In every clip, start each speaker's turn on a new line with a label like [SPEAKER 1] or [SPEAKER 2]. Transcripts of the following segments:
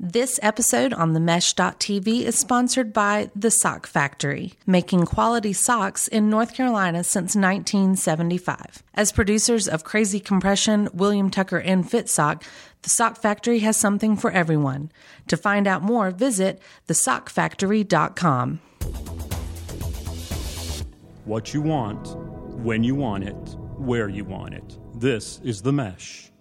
[SPEAKER 1] This episode on the themesh.tv is sponsored by The Sock Factory, making quality socks in North Carolina since 1975. As producers of Crazy Compression, William Tucker, and FitSock, The Sock Factory has something for everyone. To find out more, visit thesockfactory.com.
[SPEAKER 2] What you want, when you want it, where you want it. This is The Mesh.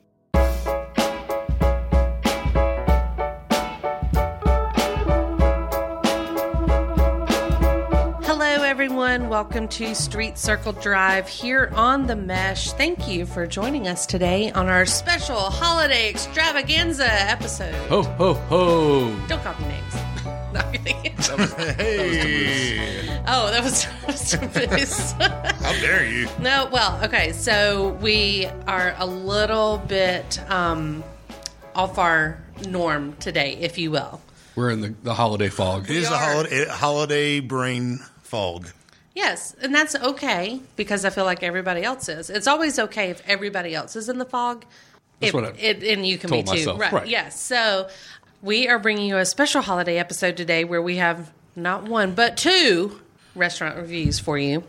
[SPEAKER 1] Hello, everyone. Welcome to Street Circle Drive here on The Mesh. Thank you for joining us today on our special holiday extravaganza episode.
[SPEAKER 3] Ho ho ho!
[SPEAKER 1] Don't call me names. Not really.
[SPEAKER 4] Hey,
[SPEAKER 1] Oh, that was stupid.
[SPEAKER 4] how dare you?
[SPEAKER 1] no, well, okay. So we are a little bit um, off our norm today, if you will.
[SPEAKER 3] We're in the, the holiday fog.
[SPEAKER 4] It is a
[SPEAKER 1] are.
[SPEAKER 4] holiday, holiday brain fog.
[SPEAKER 1] Yes, and that's okay because I feel like everybody else is. It's always okay if everybody else is in the fog. If-
[SPEAKER 3] what I
[SPEAKER 1] it, and you can
[SPEAKER 3] told
[SPEAKER 1] be too.
[SPEAKER 3] myself,
[SPEAKER 1] Right.
[SPEAKER 3] right.
[SPEAKER 1] Yes. So we are bringing you a special holiday episode today where we have not one but two restaurant reviews for you,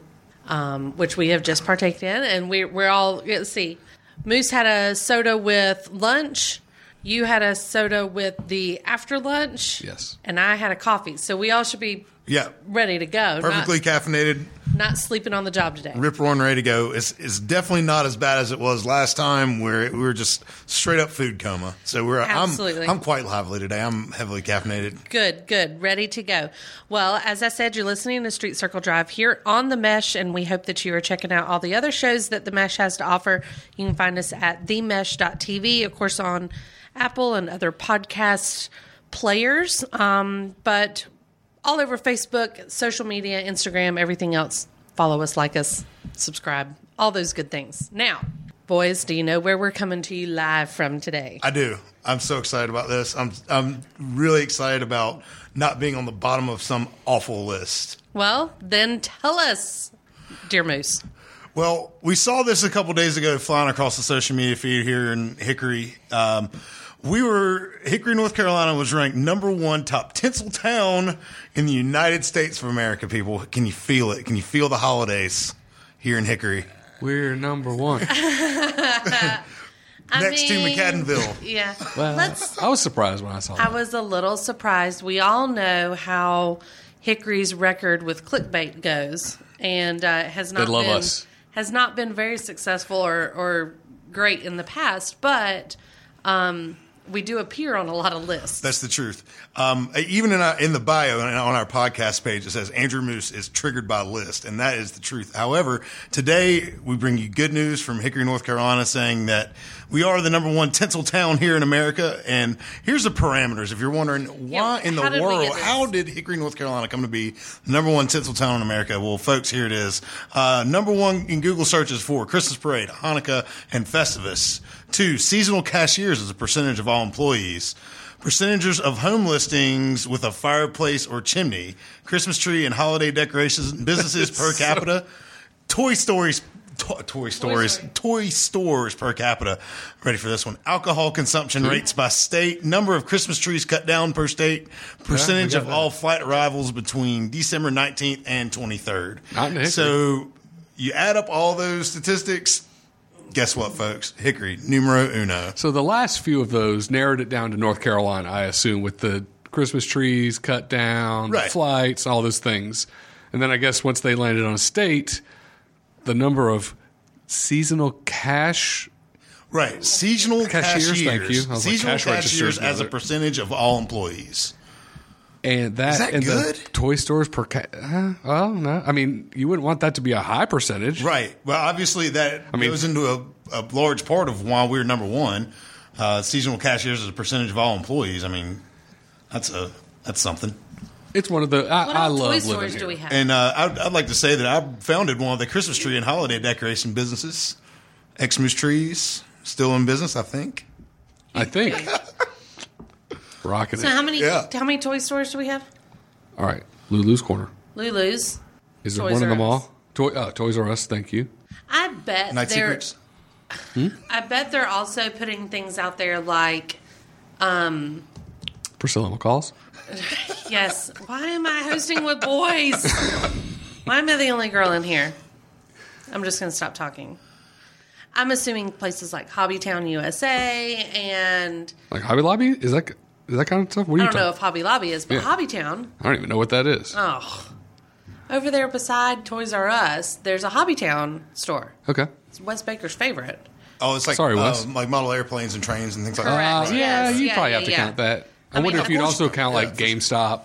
[SPEAKER 1] um, which we have just partaken in, and we, we're all let's see. Moose had a soda with lunch. You had a soda with the after lunch.
[SPEAKER 3] Yes.
[SPEAKER 1] And I had a coffee. So we all should be
[SPEAKER 4] Yeah,
[SPEAKER 1] ready to go. not-
[SPEAKER 4] perfectly caffeinated,
[SPEAKER 1] not sleeping on the job today.
[SPEAKER 4] rip roaring ready to go. It's, it's definitely not as bad as it was last time where it, we were just straight up food coma. So we're
[SPEAKER 1] Absolutely.
[SPEAKER 4] I'm I'm quite lively today. I'm heavily caffeinated.
[SPEAKER 1] Good, good, ready to go. Well, as I said, you're listening to Street Circle Drive here on The Mesh, and we hope that you are checking out all the other shows that The Mesh has to offer. You can find us at themesh.tv, of course, on Apple and other podcast players, um, but all over Facebook, social media, Instagram, everything else. Follow us, like us, subscribe, all those good things. Now, boys, do you know where we're coming to you live from today?
[SPEAKER 4] I do. I'm so excited about this. I'm I'm really excited about not being on the bottom of some awful list.
[SPEAKER 1] Well, then tell us, dear Moose.
[SPEAKER 4] Well, we saw this a couple days ago flying across the social media feed here in Hickory. Um, we were Hickory, North Carolina was ranked number one top tinsel town in the United States of America. People, can you feel it? Can you feel the holidays here in Hickory?
[SPEAKER 3] We're number one.
[SPEAKER 1] I
[SPEAKER 4] Next to
[SPEAKER 1] mean,
[SPEAKER 4] McCaddenville.
[SPEAKER 1] Yeah.
[SPEAKER 3] Well,
[SPEAKER 1] Let's.
[SPEAKER 3] I was surprised when I saw
[SPEAKER 1] I
[SPEAKER 3] that.
[SPEAKER 1] was a little surprised. We all know how Hickory's record with clickbait goes, and uh, has not
[SPEAKER 3] love
[SPEAKER 1] been
[SPEAKER 3] us.
[SPEAKER 1] has not been very successful or or great in the past, but. Um, we do appear on a lot of lists.
[SPEAKER 4] That's the truth. Um, even in, our, in the bio and on our podcast page, it says Andrew Moose is triggered by list, and that is the truth. However, today we bring you good news from Hickory, North Carolina, saying that we are the number one tinsel town here in America. And here's the parameters. If you're wondering why
[SPEAKER 1] Yeah,
[SPEAKER 4] in the
[SPEAKER 1] how did we get
[SPEAKER 4] world,
[SPEAKER 1] this?
[SPEAKER 4] how did Hickory, North Carolina, come to be the number one tinsel town in America? Well, folks, here it is. Uh, number one in Google searches for Christmas parade, Hanukkah, and Festivus. Two, seasonal cashiers as a percentage of all employees. Percentages of home listings with a fireplace or chimney, Christmas tree and holiday decorations, businesses per capita, Toy Stories, to, Toy Stories,
[SPEAKER 1] Story.
[SPEAKER 4] toy stores per capita. Ready for this one? Alcohol consumption rates by state, number of Christmas trees cut down per state, percentage
[SPEAKER 3] got
[SPEAKER 4] of
[SPEAKER 3] that.
[SPEAKER 4] all flight arrivals between December 19th and 23rd.
[SPEAKER 3] Not in Hickory.
[SPEAKER 4] So you add up all those statistics. Guess what, folks? Hickory, numero uno.
[SPEAKER 3] So the last few of those narrowed it down to North Carolina, I assume, with the Christmas trees cut down, the
[SPEAKER 4] Right.
[SPEAKER 3] flights, all those things. And then I guess once they landed on state, the number of seasonal cash
[SPEAKER 4] Right. Seasonal cashiers.
[SPEAKER 3] Cashiers, thank you. I was like,
[SPEAKER 4] Seasonal
[SPEAKER 3] cash
[SPEAKER 4] cashiers
[SPEAKER 3] registers,
[SPEAKER 4] as a
[SPEAKER 3] brother.
[SPEAKER 4] percentage of all employees.
[SPEAKER 3] and that,
[SPEAKER 4] that
[SPEAKER 3] and
[SPEAKER 4] good?
[SPEAKER 3] the toy stores per ca- uh, well, no. I mean, you wouldn't want that to be a high percentage.
[SPEAKER 4] Right. Well, obviously that
[SPEAKER 3] mean-
[SPEAKER 4] goes into a, a large part of why we're number one. Uh, seasonal cashiers as a percentage of all employees. I mean, that's a that's something.
[SPEAKER 3] It's one of the I,
[SPEAKER 1] what
[SPEAKER 3] I
[SPEAKER 1] all
[SPEAKER 3] love
[SPEAKER 1] toy
[SPEAKER 3] living
[SPEAKER 1] stores
[SPEAKER 3] here.
[SPEAKER 1] do we have?
[SPEAKER 4] And uh, I'd, I'd like to say that I founded one of the Christmas tree and holiday decoration businesses, Xmas trees, still in business, I think.
[SPEAKER 3] I think. Rocking
[SPEAKER 1] so
[SPEAKER 3] it.
[SPEAKER 1] how many
[SPEAKER 4] Yeah.
[SPEAKER 1] how many toy stores do we have?
[SPEAKER 3] All right, Lulu's Corner.
[SPEAKER 1] Lulu's.
[SPEAKER 3] Is there
[SPEAKER 1] Toys
[SPEAKER 3] one
[SPEAKER 1] R
[SPEAKER 3] in the
[SPEAKER 1] Us.
[SPEAKER 3] mall? Toy, uh, Toys R Us. Thank you.
[SPEAKER 1] I bet
[SPEAKER 4] Night
[SPEAKER 1] there-
[SPEAKER 4] Secrets.
[SPEAKER 1] I bet they're also putting things out there like
[SPEAKER 3] Priscilla McCall's.
[SPEAKER 1] Yes. Why am I hosting with boys? Why am I the only girl in here? I'm just going to stop talking. I'm assuming places like Hobbytown USA and
[SPEAKER 3] Like Hobby Lobby? Is that is that kind of stuff? What are
[SPEAKER 1] I
[SPEAKER 3] you
[SPEAKER 1] don't know
[SPEAKER 3] talking?
[SPEAKER 1] if Hobby Lobby is, but
[SPEAKER 3] Yeah.
[SPEAKER 1] Hobbytown.
[SPEAKER 3] I don't even know what that is.
[SPEAKER 1] Oh. Over there beside Toys R Us, there's a Hobbytown store.
[SPEAKER 3] okay. Uh,
[SPEAKER 1] It's Wes Baker's favorite.
[SPEAKER 4] Oh, it's like
[SPEAKER 3] Sorry,
[SPEAKER 4] uh,
[SPEAKER 3] Wes.
[SPEAKER 4] like model airplanes and trains and things like
[SPEAKER 1] Correct.
[SPEAKER 4] that.
[SPEAKER 1] Yes,
[SPEAKER 3] Uh, yeah, you
[SPEAKER 1] yeah,
[SPEAKER 3] probably
[SPEAKER 1] yeah,
[SPEAKER 3] have to
[SPEAKER 1] yeah.
[SPEAKER 3] count that. I,
[SPEAKER 1] I mean,
[SPEAKER 3] wonder
[SPEAKER 1] of
[SPEAKER 3] if you'd
[SPEAKER 1] course
[SPEAKER 3] also
[SPEAKER 4] you can.
[SPEAKER 3] count like
[SPEAKER 4] Yeah,
[SPEAKER 3] GameStop.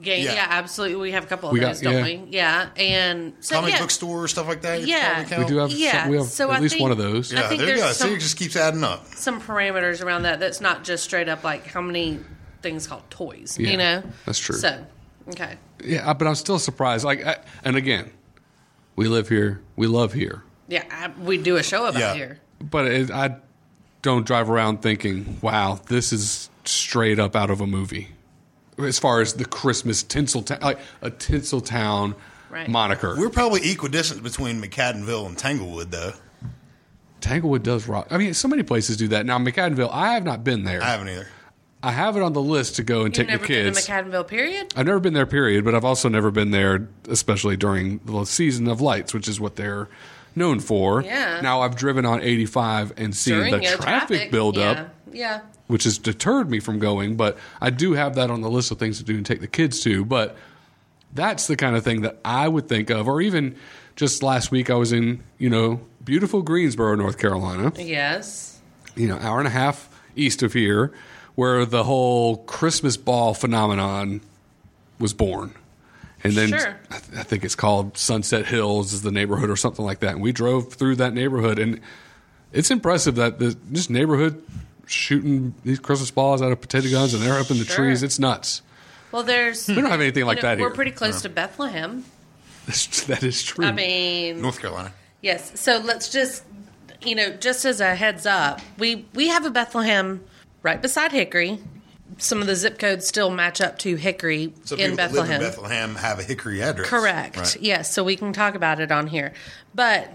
[SPEAKER 1] Game, yeah.
[SPEAKER 4] Yeah.
[SPEAKER 1] absolutely. We have a couple of
[SPEAKER 3] We got-
[SPEAKER 1] those, don't
[SPEAKER 3] yeah.
[SPEAKER 1] we? Yeah, and so
[SPEAKER 4] Comic
[SPEAKER 1] yeah,
[SPEAKER 4] book store stuff like that. you
[SPEAKER 1] Yeah.
[SPEAKER 4] probably
[SPEAKER 3] We
[SPEAKER 4] count.
[SPEAKER 3] do have
[SPEAKER 1] Yeah,
[SPEAKER 3] some, we have
[SPEAKER 1] so
[SPEAKER 3] at
[SPEAKER 1] I
[SPEAKER 3] least
[SPEAKER 1] think-
[SPEAKER 3] one of those.
[SPEAKER 1] I
[SPEAKER 4] Yeah,
[SPEAKER 1] think
[SPEAKER 4] there you go.
[SPEAKER 1] there's
[SPEAKER 4] See,
[SPEAKER 1] some-
[SPEAKER 4] it just keeps adding up.
[SPEAKER 1] some parameters around that. That's not just straight up like how many things called toys.
[SPEAKER 3] Yeah,
[SPEAKER 1] you know,
[SPEAKER 3] that's true.
[SPEAKER 1] So okay,
[SPEAKER 3] Yeah, but I'm still surprised. Like, I, and again, we live here, we love here,
[SPEAKER 1] yeah, I, we do a show about
[SPEAKER 4] Yeah.
[SPEAKER 1] here.
[SPEAKER 3] but it, I don't drive around thinking, "Wow, this is straight up out of a movie." As far as the Christmas Tinseltown, like a Tinseltown
[SPEAKER 1] Right.
[SPEAKER 3] moniker,
[SPEAKER 4] We're probably equidistant between McCaddenville and Tanglewood, though.
[SPEAKER 3] Tanglewood does rock. I mean, so many places do that now. McAddenville, I have not been there.
[SPEAKER 4] I haven't either.
[SPEAKER 3] I have it on the list to go and
[SPEAKER 1] You've
[SPEAKER 3] take your
[SPEAKER 1] never been
[SPEAKER 3] kids.
[SPEAKER 1] to McAddenville, period.
[SPEAKER 3] I've never been there, period, but I've also never been there, especially during the season of lights, which is what they're known for.
[SPEAKER 1] Yeah.
[SPEAKER 3] Now I've driven on 85 and seen the
[SPEAKER 1] a
[SPEAKER 3] traffic, buildup,
[SPEAKER 1] Yeah,
[SPEAKER 3] which has deterred me from going, but I do have that on the list of things to do and take the kids to. But that's the kind of thing that I would think of, or even just last week I was in, you know, beautiful Greensboro, North Carolina
[SPEAKER 1] yeah. yes,
[SPEAKER 3] you know, hour and a half east of here, where the whole Christmas ball phenomenon was born. And then
[SPEAKER 1] Sure.
[SPEAKER 3] I, th- I think it's called Sunset Hills is the neighborhood or something like that. And we drove through that neighborhood, and it's impressive that the this neighborhood shooting these Christmas balls out of potato guns and they're up in the
[SPEAKER 1] Sure.
[SPEAKER 3] trees. It's nuts.
[SPEAKER 1] Well, there's we
[SPEAKER 3] don't have anything like that
[SPEAKER 1] We're
[SPEAKER 3] here. Hmm.
[SPEAKER 1] pretty close to Bethlehem.
[SPEAKER 3] that is true.
[SPEAKER 1] I mean,
[SPEAKER 4] North Carolina.
[SPEAKER 1] Yes. So let's just, you know, just as a heads up, we we have a Bethlehem right beside Hickory. Some of the zip codes still match up to Hickory
[SPEAKER 4] So
[SPEAKER 1] in
[SPEAKER 4] people that live in
[SPEAKER 1] Bethlehem.
[SPEAKER 4] Bethlehem have a Hickory address.
[SPEAKER 1] Correct.
[SPEAKER 4] Right.
[SPEAKER 1] Yes. So we can talk about it on here. But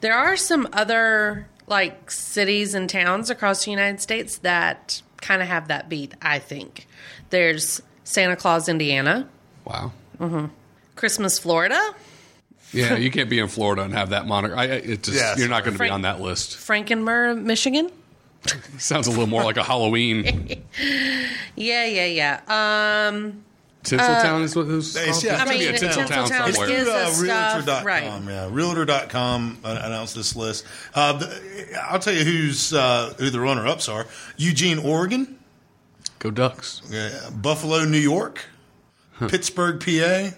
[SPEAKER 1] there are some other like cities and towns across the United States that kind of have that beat, I think. There's Santa Claus, Indiana,
[SPEAKER 3] wow.
[SPEAKER 1] Christmas, Florida,
[SPEAKER 3] Yeah, you can't be in Florida and have that monitor. I, I- it just
[SPEAKER 4] Yes.
[SPEAKER 3] you're not going to be
[SPEAKER 1] Frank-
[SPEAKER 3] on that list.
[SPEAKER 1] Frankenmuir, Michigan.
[SPEAKER 3] Sounds a little more like a Halloween.
[SPEAKER 1] Yeah, yeah, yeah. Um
[SPEAKER 3] Tinseltown is what it was.
[SPEAKER 4] It's-
[SPEAKER 3] called?
[SPEAKER 4] yeah,
[SPEAKER 3] It's
[SPEAKER 4] I
[SPEAKER 3] gonna be
[SPEAKER 4] mean,
[SPEAKER 3] a Tinseltown
[SPEAKER 1] Uh, Tinseltown is-
[SPEAKER 3] somewhere.
[SPEAKER 4] It's through,
[SPEAKER 1] us stuff,
[SPEAKER 4] Realtor.com.
[SPEAKER 1] right.
[SPEAKER 4] Yeah, Realtor.com uh, announced this list. Uh, the, I'll tell you who's uh, who the runner ups are Eugene, Oregon,
[SPEAKER 3] Go Ducks.
[SPEAKER 4] uh, Buffalo, New York, Pittsburgh, PA,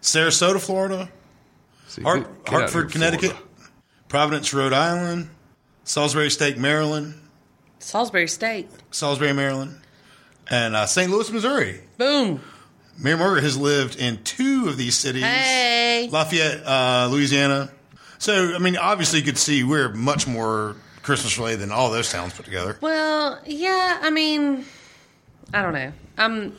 [SPEAKER 4] Sarasota, Florida,
[SPEAKER 3] See,
[SPEAKER 4] Hart-
[SPEAKER 3] get- get out of
[SPEAKER 4] Hartford,
[SPEAKER 3] here,
[SPEAKER 4] Connecticut,
[SPEAKER 3] Florida.
[SPEAKER 4] Providence, Rhode Island, Salisbury State, Maryland,
[SPEAKER 1] Salisbury State.
[SPEAKER 4] Salisbury, Maryland, and uh, St. Louis, Missouri.
[SPEAKER 1] Boom.
[SPEAKER 4] Mayor Morgan has lived in two of these cities.
[SPEAKER 1] Hey.
[SPEAKER 4] Lafayette, uh, Louisiana. So, I mean, obviously, you could see we're much more Christmas related than all those towns put together.
[SPEAKER 1] Well, yeah, I mean, I don't know. I'm,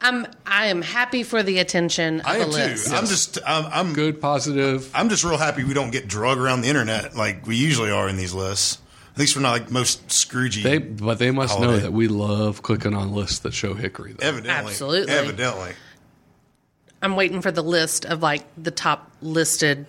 [SPEAKER 1] I'm, I am happy for the attention of
[SPEAKER 4] I
[SPEAKER 1] the
[SPEAKER 4] am too.
[SPEAKER 1] list.
[SPEAKER 4] I'm just, I'm, I'm,
[SPEAKER 3] Good, positive.
[SPEAKER 4] I'm just real happy we don't get drug around the internet like we usually are in these lists. At least we're not like most Scroogey.
[SPEAKER 3] They, but they must know
[SPEAKER 4] Holiday.
[SPEAKER 3] that we love clicking on lists that show Hickory. Though.
[SPEAKER 4] evidently,
[SPEAKER 1] Absolutely.
[SPEAKER 4] evidently.
[SPEAKER 1] I'm waiting for the list of like the top listed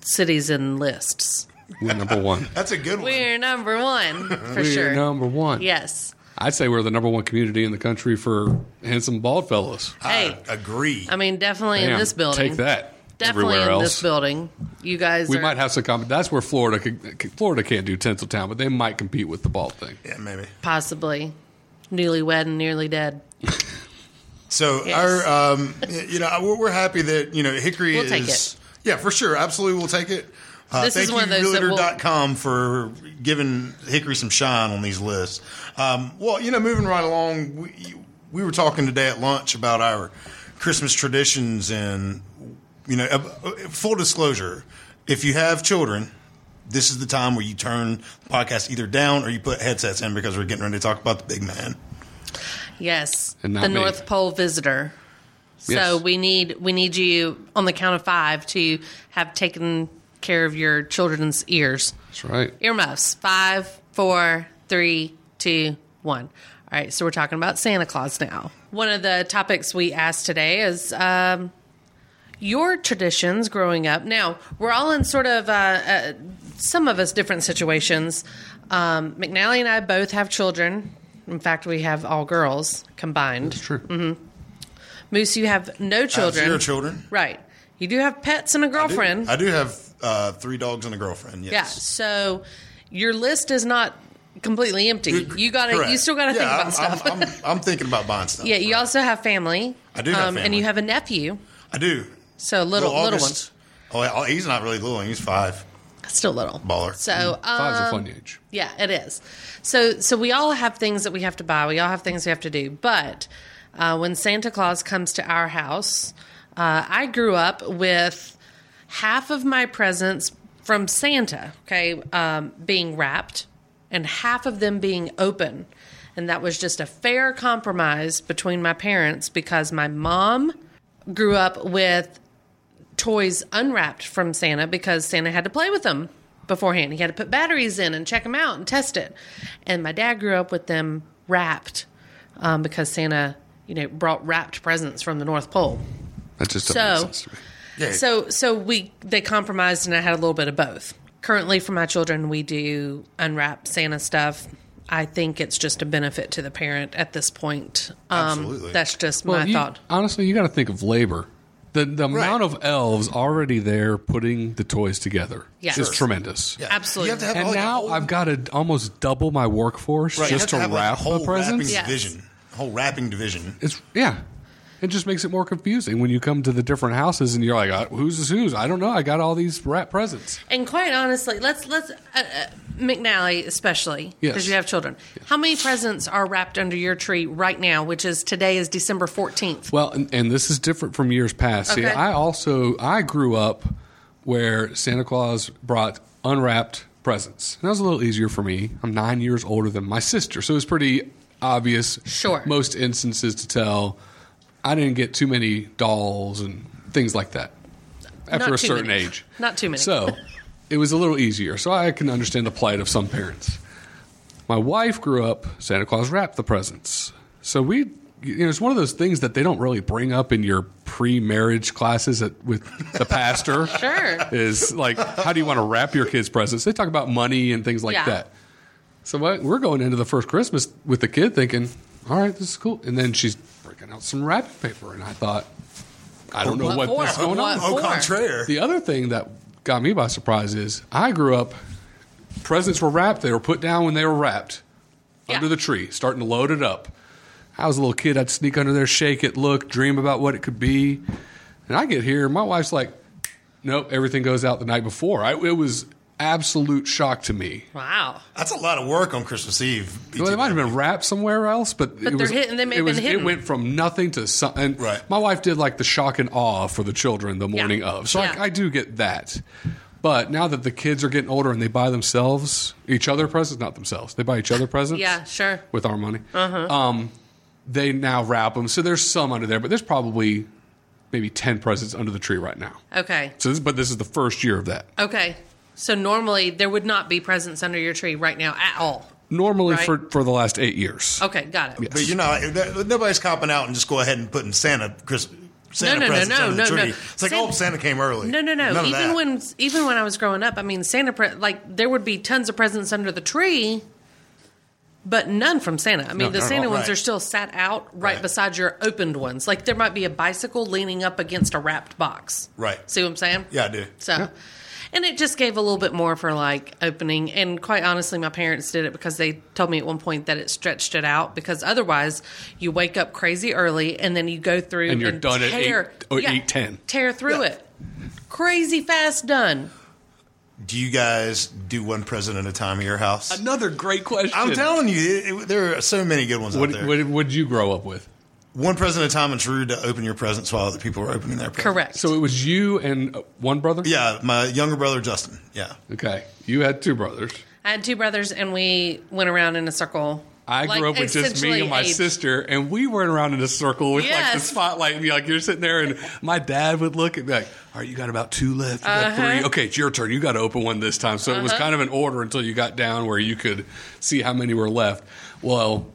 [SPEAKER 1] cities and lists.
[SPEAKER 3] We're number one.
[SPEAKER 4] That's a good one.
[SPEAKER 1] We're number one for
[SPEAKER 3] We're
[SPEAKER 1] sure.
[SPEAKER 3] number one.
[SPEAKER 1] Yes.
[SPEAKER 3] I'd say we're the number one community in the country for handsome bald fellows.
[SPEAKER 1] Hey, Um,
[SPEAKER 4] Agree.
[SPEAKER 1] I mean, definitely in
[SPEAKER 3] Damn,
[SPEAKER 1] this building.
[SPEAKER 3] Take that.
[SPEAKER 1] Definitely
[SPEAKER 3] Everywhere
[SPEAKER 1] in
[SPEAKER 3] else.
[SPEAKER 1] this building. You guys.
[SPEAKER 3] We
[SPEAKER 1] are,
[SPEAKER 3] might have some competition. That's where Florida could, Florida can't do Tinseltown, but they might compete with the bald thing.
[SPEAKER 4] yeah, maybe.
[SPEAKER 1] possibly newlywed and nearly dead.
[SPEAKER 4] So
[SPEAKER 1] Yes.
[SPEAKER 4] our, um, y- you know, we're, we're happy that you know Hickory
[SPEAKER 1] We'll
[SPEAKER 4] is.
[SPEAKER 1] take it.
[SPEAKER 4] Yeah, for sure, absolutely, we'll take it. Uh,
[SPEAKER 1] This
[SPEAKER 4] thank
[SPEAKER 1] is one
[SPEAKER 4] you,
[SPEAKER 1] of those that we'll-
[SPEAKER 4] Realtor.com, for giving Hickory some shine on these lists. Um, well, you know, moving right along, we, you- we were talking today at lunch about our Christmas traditions, and you know, uh, uh, full disclosure, if you have children. This is the time where you turn the podcast either down or you put headsets in because we're getting ready to talk about the big man.
[SPEAKER 1] Yes,
[SPEAKER 3] And not
[SPEAKER 1] the
[SPEAKER 3] me.
[SPEAKER 1] North Pole visitor. So
[SPEAKER 3] Yes.
[SPEAKER 1] we need we need you on the count of five to have taken care of your children's ears,
[SPEAKER 3] That's right.
[SPEAKER 1] earmuffs. Five, four, three, two, one. All right, so we're talking about Santa Claus now. One of the topics we asked today is um, your traditions growing up. Now, we're all in sort of uh, uh, some of us different situations. Um, McNally and I both have children. In fact, we have all girls combined.
[SPEAKER 3] True.
[SPEAKER 1] Mm-hmm. Moose, you have no
[SPEAKER 4] I have
[SPEAKER 1] children.
[SPEAKER 4] Zero children.
[SPEAKER 1] Right. You do have pets and a
[SPEAKER 4] I do-
[SPEAKER 1] girlfriend.
[SPEAKER 4] I do have uh, three dogs and a girlfriend.
[SPEAKER 1] Yeah.
[SPEAKER 4] Yes.
[SPEAKER 1] So your list is not completely empty. You got to. You
[SPEAKER 4] Correct.
[SPEAKER 1] still got to
[SPEAKER 4] Yeah,
[SPEAKER 1] think about
[SPEAKER 4] I'm,
[SPEAKER 1] stuff.
[SPEAKER 4] I'm, I'm, I'm thinking about buying stuff.
[SPEAKER 1] yeah. You also have family. Um,
[SPEAKER 4] I do have
[SPEAKER 1] And
[SPEAKER 4] family.
[SPEAKER 1] you have a nephew.
[SPEAKER 4] I do.
[SPEAKER 1] So little,
[SPEAKER 4] Well,
[SPEAKER 1] little
[SPEAKER 4] August-
[SPEAKER 1] ones.
[SPEAKER 4] Oh, yeah, oh, he's not really little. He's five.
[SPEAKER 1] Still little.
[SPEAKER 4] Baller.
[SPEAKER 1] So
[SPEAKER 3] Five's
[SPEAKER 1] um,
[SPEAKER 3] a fun age.
[SPEAKER 1] Yeah, it is. So so we all have things that we have to buy. We all have things we have to do. But uh, when Santa Claus comes to our house, uh, I grew up with half of my presents from Santa, okay, um, being wrapped, and half of them being open, and that was just a fair compromise between my parents because my mom grew up with toys unwrapped from Santa because Santa had to play with them beforehand. He had to put batteries in and check them out and test it. And my dad grew up with them wrapped um, because Santa, you know, brought wrapped presents from the North Pole.
[SPEAKER 3] That just doesn't make
[SPEAKER 1] So-
[SPEAKER 3] sense to me.
[SPEAKER 4] Yeah.
[SPEAKER 1] So so we they compromised and I had a little bit of both. Currently for my children we do unwrap Santa stuff. I think it's just a benefit to the parent at this point. Um,
[SPEAKER 4] Absolutely.
[SPEAKER 1] That's just
[SPEAKER 3] Well,
[SPEAKER 1] my
[SPEAKER 3] you-
[SPEAKER 1] thought.
[SPEAKER 3] Honestly, you got to think of labor. The, the amount of elves already there putting the toys together
[SPEAKER 1] Yeah.
[SPEAKER 3] is
[SPEAKER 1] Sure.
[SPEAKER 3] tremendous.
[SPEAKER 4] Yeah.
[SPEAKER 1] absolutely.
[SPEAKER 4] You have to have
[SPEAKER 3] And
[SPEAKER 4] all your
[SPEAKER 3] now
[SPEAKER 4] whole-
[SPEAKER 3] I've got to almost double my workforce
[SPEAKER 4] Right, you
[SPEAKER 3] just
[SPEAKER 4] have
[SPEAKER 3] to,
[SPEAKER 4] have, like,
[SPEAKER 3] wrap
[SPEAKER 4] whole
[SPEAKER 3] the
[SPEAKER 4] Wrapping
[SPEAKER 3] presents.
[SPEAKER 1] Yes.
[SPEAKER 4] division, whole wrapping division.
[SPEAKER 3] It's yeah. It just makes it more confusing when you come to the different houses and you're like, uh, "Who's is who's?" I don't know. I got all these wrap presents.
[SPEAKER 1] And quite honestly, let's let's uh, uh, McNally especially because
[SPEAKER 3] Yes.
[SPEAKER 1] you have children. How many presents are wrapped under your tree right now? Which is today is December fourteenth.
[SPEAKER 3] Well, and, and this is different from years past. See,
[SPEAKER 1] Okay.
[SPEAKER 3] I also I grew up where Santa Claus brought unwrapped presents. And that was a little easier for me. I'm nine years older than my sister, so it was pretty obvious.
[SPEAKER 1] Sure.
[SPEAKER 3] Most instances to tell, I didn't get too many dolls and things like that after
[SPEAKER 1] Not
[SPEAKER 3] a
[SPEAKER 1] too
[SPEAKER 3] certain
[SPEAKER 1] many.
[SPEAKER 3] age.
[SPEAKER 1] Not too many.
[SPEAKER 3] So it was a little easier. So I can understand the plight of some parents. My wife grew up, Santa Claus wrapped the presents. So we, you know, it's one of those things that they don't really bring up in your pre marriage classes at, with the pastor.
[SPEAKER 1] Sure.
[SPEAKER 3] Is like, how do you want to wrap your kids' presents? They talk about money and things like
[SPEAKER 1] Yeah.
[SPEAKER 3] that. So what- we're going into the first Christmas with the kid thinking, all right, this is cool. And then she's breaking out some wrapping paper. And I thought, I don't know
[SPEAKER 1] What
[SPEAKER 3] what, what's
[SPEAKER 1] for?
[SPEAKER 3] going
[SPEAKER 1] What
[SPEAKER 3] on.
[SPEAKER 4] Au
[SPEAKER 1] Four.
[SPEAKER 4] contraire.
[SPEAKER 3] The other thing that got me by surprise is I grew up, presents were wrapped. They were put down when they were wrapped
[SPEAKER 1] Yeah.
[SPEAKER 3] under the tree, starting to load it up. I was a little kid. I'd sneak under there, shake it, look, dream about what it could be. And I get here, my wife's like, nope, everything goes out the night before. I, it was absolute shock to me.
[SPEAKER 1] Wow.
[SPEAKER 4] That's a lot of work on Christmas Eve.
[SPEAKER 3] Well, they might have been wrapped somewhere else, but,
[SPEAKER 1] they're
[SPEAKER 3] it was,
[SPEAKER 1] hidden. They may
[SPEAKER 3] it
[SPEAKER 1] have
[SPEAKER 3] was-
[SPEAKER 1] been hidden.
[SPEAKER 3] It went from nothing to something.
[SPEAKER 4] Right.
[SPEAKER 3] My wife did like the shock and awe for the children the morning of, so
[SPEAKER 1] Yeah.
[SPEAKER 3] I, I do get that. But now that the kids are getting older and they buy themselves each other presents, not themselves, they buy each other presents.
[SPEAKER 1] Yeah, Uh-huh. sure.
[SPEAKER 3] With our money, um, they now wrap them. So there's some under there, but there's probably maybe ten presents under the tree right now.
[SPEAKER 1] Okay.
[SPEAKER 3] So, this, but this is the first year of that.
[SPEAKER 1] Okay. So normally there would not be presents under your tree right now at all.
[SPEAKER 3] Normally
[SPEAKER 1] Right. Oh.
[SPEAKER 3] for for the last eight years.
[SPEAKER 1] Okay, got it.
[SPEAKER 4] But you know, that- nobody's copping out and just go ahead and putting Santa Christmas. Santa
[SPEAKER 1] no, no,
[SPEAKER 4] presents
[SPEAKER 1] no,
[SPEAKER 4] under the
[SPEAKER 1] no, no.
[SPEAKER 4] tree. It's like,
[SPEAKER 1] Santa-
[SPEAKER 4] oh, Santa came early.
[SPEAKER 1] No, no, no.
[SPEAKER 4] None of
[SPEAKER 1] even
[SPEAKER 4] that.
[SPEAKER 1] when even when I was growing up, I mean, Santa pre- like there would be tons of presents under the tree, but none from Santa. I mean,
[SPEAKER 3] No,
[SPEAKER 1] the
[SPEAKER 3] not at
[SPEAKER 1] Santa
[SPEAKER 3] all.
[SPEAKER 1] ones
[SPEAKER 4] Right.
[SPEAKER 1] are still sat out right,
[SPEAKER 4] Right.
[SPEAKER 1] beside your opened ones. Like there might be a bicycle leaning up against a wrapped box.
[SPEAKER 4] Right.
[SPEAKER 1] See what I'm saying?
[SPEAKER 4] Yeah, I do.
[SPEAKER 1] So. And it just gave a little bit more for like opening. And quite honestly, my parents did it because they told me at one point that it stretched it out because otherwise you wake up crazy early and then you go through
[SPEAKER 3] And you're done at
[SPEAKER 1] tear,
[SPEAKER 3] eight- or 8:10.
[SPEAKER 1] Tear through
[SPEAKER 4] Yeah.
[SPEAKER 1] it. Crazy fast done.
[SPEAKER 4] Do you guys do one present at a time at your house?
[SPEAKER 3] Another great question.
[SPEAKER 4] I'm telling you, it, it- there are so many good ones out
[SPEAKER 3] What
[SPEAKER 4] there.
[SPEAKER 3] what would you grow up with?
[SPEAKER 4] one present at a time, it's rude to open your presents while other people are opening their presents.
[SPEAKER 1] Correct.
[SPEAKER 3] So it was you and uh, one brother.
[SPEAKER 4] Yeah, my younger brother, Justin. Yeah.
[SPEAKER 3] Okay, you had two brothers.
[SPEAKER 1] I had two brothers and we went around in a circle.
[SPEAKER 3] I
[SPEAKER 1] Like,
[SPEAKER 3] grew up with just me and my
[SPEAKER 1] essentially age.
[SPEAKER 3] sister, and we went around in a circle with like the
[SPEAKER 1] Yes.
[SPEAKER 3] spotlight, and you're like you're sitting there, and my dad would look and be like, "All right, you got about two left. You got
[SPEAKER 1] Uh-huh.
[SPEAKER 3] three. Okay, it's your turn. You got to open one this time." So it was kind of an order until you got down where you could see how many were left. Well,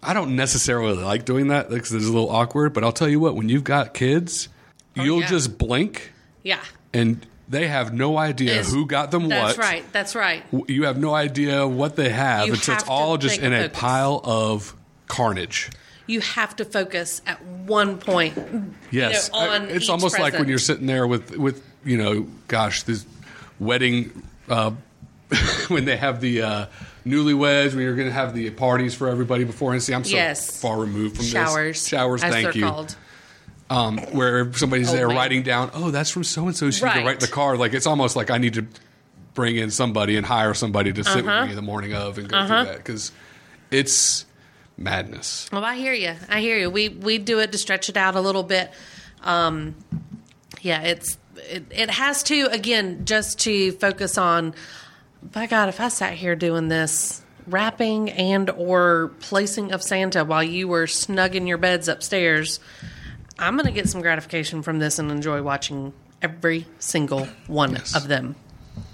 [SPEAKER 3] I don't necessarily like doing that because it's a little awkward. But I'll tell you what, when you've got kids, you'll
[SPEAKER 1] Oh, yeah.
[SPEAKER 3] just blink
[SPEAKER 1] Yeah.
[SPEAKER 3] and they have no idea
[SPEAKER 1] It's-
[SPEAKER 3] who got them
[SPEAKER 1] That's
[SPEAKER 3] what.
[SPEAKER 1] right. That's right.
[SPEAKER 3] W- You have no idea what they have.
[SPEAKER 1] You
[SPEAKER 3] and so it's
[SPEAKER 1] have to
[SPEAKER 3] all just
[SPEAKER 1] think
[SPEAKER 3] in a
[SPEAKER 1] focus.
[SPEAKER 3] pile of carnage.
[SPEAKER 1] You have to focus at one point.
[SPEAKER 3] Yes,
[SPEAKER 1] you know, on
[SPEAKER 3] I- it's
[SPEAKER 1] each
[SPEAKER 3] almost like when
[SPEAKER 1] present.
[SPEAKER 3] you're sitting there with with you know, gosh, this wedding uh, when they have the uh, newlyweds, when you're going to have the parties for everybody before. And see, I'm so
[SPEAKER 1] Yes.
[SPEAKER 3] far removed from this.
[SPEAKER 1] Showers.
[SPEAKER 3] showers.
[SPEAKER 1] as
[SPEAKER 3] thank
[SPEAKER 1] they're
[SPEAKER 3] you.
[SPEAKER 1] called.
[SPEAKER 3] Um, where somebody's there
[SPEAKER 1] man.
[SPEAKER 3] writing down, oh, that's from so and so. She can
[SPEAKER 1] Right.
[SPEAKER 3] write the card. Like it's almost like I need to bring in somebody and hire somebody to sit
[SPEAKER 1] Uh-huh.
[SPEAKER 3] with me the morning of and go through that because it's madness.
[SPEAKER 1] Well, I hear you. I hear you. We we do it to stretch it out a little bit. Um, yeah, it's it, it has to again just to focus on. By God, if I sat here doing this wrapping and or placing of Santa while you were snug in your beds upstairs, I'm going to get some gratification from this and enjoy watching every single one of them.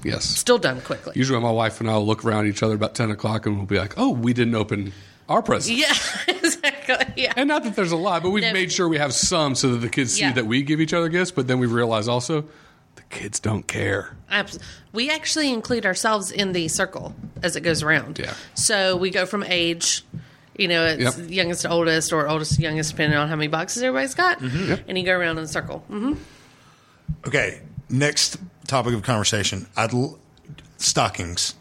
[SPEAKER 3] Yes.
[SPEAKER 1] Still done quickly.
[SPEAKER 3] Usually, my wife and I will look around each other about ten o'clock, and we'll be like, "Oh, we didn't open our presents."
[SPEAKER 1] yeah, exactly. Yeah.
[SPEAKER 3] And not that there's a lot, but we've
[SPEAKER 1] No.
[SPEAKER 3] made sure we have some so that the kids see
[SPEAKER 1] Yeah.
[SPEAKER 3] that we give each other gifts. But then we realize also the kids don't care.
[SPEAKER 1] Abs- We actually include ourselves in the circle as it goes around.
[SPEAKER 3] Yeah.
[SPEAKER 1] So we go from age, you know, it's
[SPEAKER 3] Yep.
[SPEAKER 1] youngest to oldest or oldest to youngest, depending on how many boxes everybody's got.
[SPEAKER 3] Mm-hmm.
[SPEAKER 1] And you go around in a circle. hmm
[SPEAKER 4] Okay, next topic of conversation. I'd l- stockings.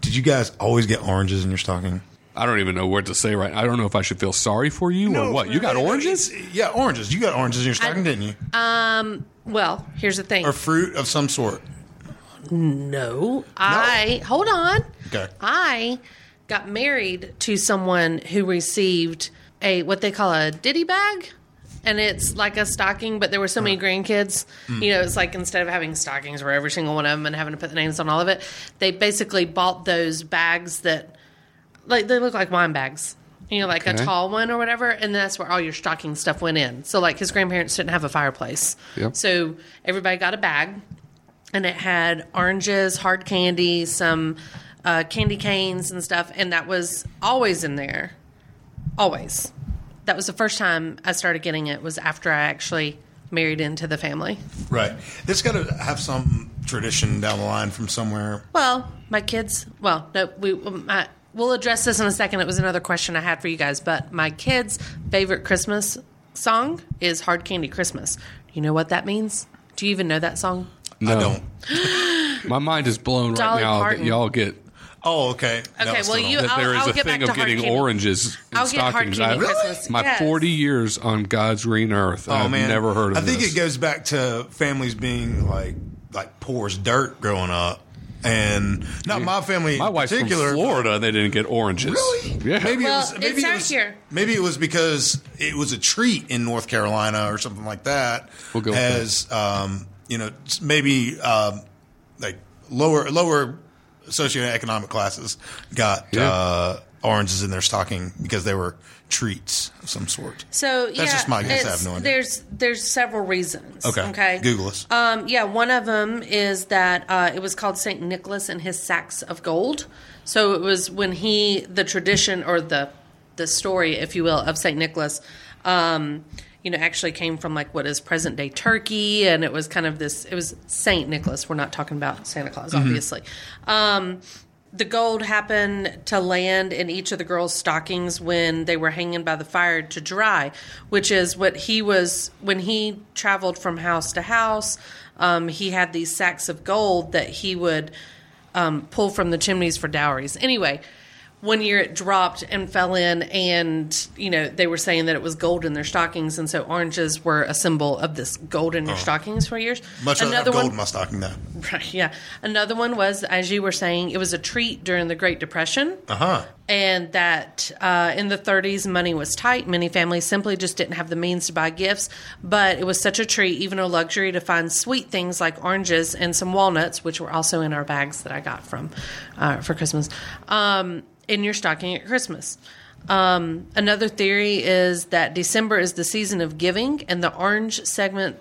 [SPEAKER 4] Did you guys always get oranges in your stocking?
[SPEAKER 3] I don't even know what to say right. I don't know if I should feel sorry for you or what. You got oranges?
[SPEAKER 4] Yeah, oranges. You got oranges in your stocking, didn't you?
[SPEAKER 1] Um, Well, here's the thing.
[SPEAKER 4] or fruit of some sort.
[SPEAKER 1] no, I hold on.
[SPEAKER 4] Okay.
[SPEAKER 1] I got married to someone who received a what they call a ditty bag. And it's like a stocking, but there were so many grandkids.
[SPEAKER 3] Hmm.
[SPEAKER 1] You know, it's like instead of having stockings for every single one of them and having to put the names on all of it, they basically bought those bags that, like, they look like wine bags. You know, like
[SPEAKER 3] Okay.
[SPEAKER 1] a tall one or whatever. And that's where all your stocking stuff went in. So, like, his grandparents didn't have a fireplace.
[SPEAKER 3] Yep.
[SPEAKER 1] So everybody got a bag and it had oranges, hard candy, some uh, candy canes and stuff, and that was always in there, always. That was the first time I started getting it. Was after I actually married into the family.
[SPEAKER 4] Right. It's got to have some tradition down the line from somewhere.
[SPEAKER 1] Well, my kids. Well, no, we. My, we'll address this in a second. It was another question I had for you guys, but my kids' favorite Christmas song is "Hard Candy Christmas." You know what that means? Do you even know that song?
[SPEAKER 3] No.
[SPEAKER 4] I don't.
[SPEAKER 3] My mind is blown right
[SPEAKER 1] Dolly
[SPEAKER 3] now
[SPEAKER 1] Parton.
[SPEAKER 3] that y'all get
[SPEAKER 4] Oh, okay. No,
[SPEAKER 1] Okay,
[SPEAKER 4] it's
[SPEAKER 1] well,
[SPEAKER 4] not.
[SPEAKER 1] you-
[SPEAKER 3] that
[SPEAKER 1] I'll-
[SPEAKER 3] there is
[SPEAKER 1] I'll
[SPEAKER 3] a
[SPEAKER 1] get back
[SPEAKER 3] thing
[SPEAKER 1] to
[SPEAKER 3] of
[SPEAKER 1] hard
[SPEAKER 3] getting
[SPEAKER 1] candy.
[SPEAKER 3] oranges in
[SPEAKER 1] I'll get hard
[SPEAKER 3] stockings.
[SPEAKER 1] candy
[SPEAKER 3] I've-
[SPEAKER 1] Christmas,
[SPEAKER 3] My
[SPEAKER 1] yes.
[SPEAKER 3] 40 years on God's green earth.
[SPEAKER 4] Oh
[SPEAKER 3] I've
[SPEAKER 4] man,
[SPEAKER 3] never heard of
[SPEAKER 4] I think
[SPEAKER 3] this.
[SPEAKER 4] it goes back to families being like like poor as dirt growing up, and not my family.
[SPEAKER 3] My
[SPEAKER 4] in
[SPEAKER 3] wife's from
[SPEAKER 4] particular,
[SPEAKER 3] Florida. They didn't get oranges.
[SPEAKER 4] Really?
[SPEAKER 3] Yeah.
[SPEAKER 4] Maybe
[SPEAKER 1] Well,
[SPEAKER 4] it was.
[SPEAKER 1] it's
[SPEAKER 4] Maybe it
[SPEAKER 1] out
[SPEAKER 4] was,
[SPEAKER 1] here.
[SPEAKER 4] maybe it was because it was a treat in North Carolina or something like that.
[SPEAKER 3] We'll go with
[SPEAKER 4] as um, you know, s- maybe um, like lower lower socioeconomic classes got
[SPEAKER 3] Yeah.
[SPEAKER 4] uh, oranges in their stocking because they were treats of some sort.
[SPEAKER 1] So yeah,
[SPEAKER 4] just my guess. I
[SPEAKER 1] it's-
[SPEAKER 4] have no idea.
[SPEAKER 1] There's there's several reasons.
[SPEAKER 4] Okay.
[SPEAKER 1] Okay.
[SPEAKER 4] Google us.
[SPEAKER 1] Um, yeah, one of them is that uh, it was called Saint Nicholas and his sacks of gold. So it was when he the tradition or the the story, if you will, of Saint Nicholas. Um, you know, actually came from like what is present day Turkey, and it was kind of this. It was Saint Nicholas. We're not talking about Santa Claus,
[SPEAKER 4] Mm-hmm.
[SPEAKER 1] obviously. Um, the gold happened to land in each of the girls' stockings when they were hanging by the fire to dry, which is what he was when he traveled from house to house. Um, he had these sacks of gold that he would um, pull from the chimneys for dowries. Anyway, one year it dropped and fell in, and you know they were saying that it was gold in their stockings, and so oranges were a symbol of this gold in your stockings for years.
[SPEAKER 4] Oh. Much rather have
[SPEAKER 1] Another
[SPEAKER 4] gold
[SPEAKER 1] one-
[SPEAKER 4] in my stocking though.
[SPEAKER 1] Right, yeah. Another one was, as you were saying, it was a treat during the Great Depression,
[SPEAKER 4] Uh huh.
[SPEAKER 1] and that uh, in the 30s, money was tight. Many families simply just didn't have the means to buy gifts, but it was such a treat, even a luxury, to find sweet things like oranges and some walnuts, which were also in our bags that I got from uh, for Christmas, um, in your stocking at Christmas. Um, another theory is that December is the season of giving, and the orange segment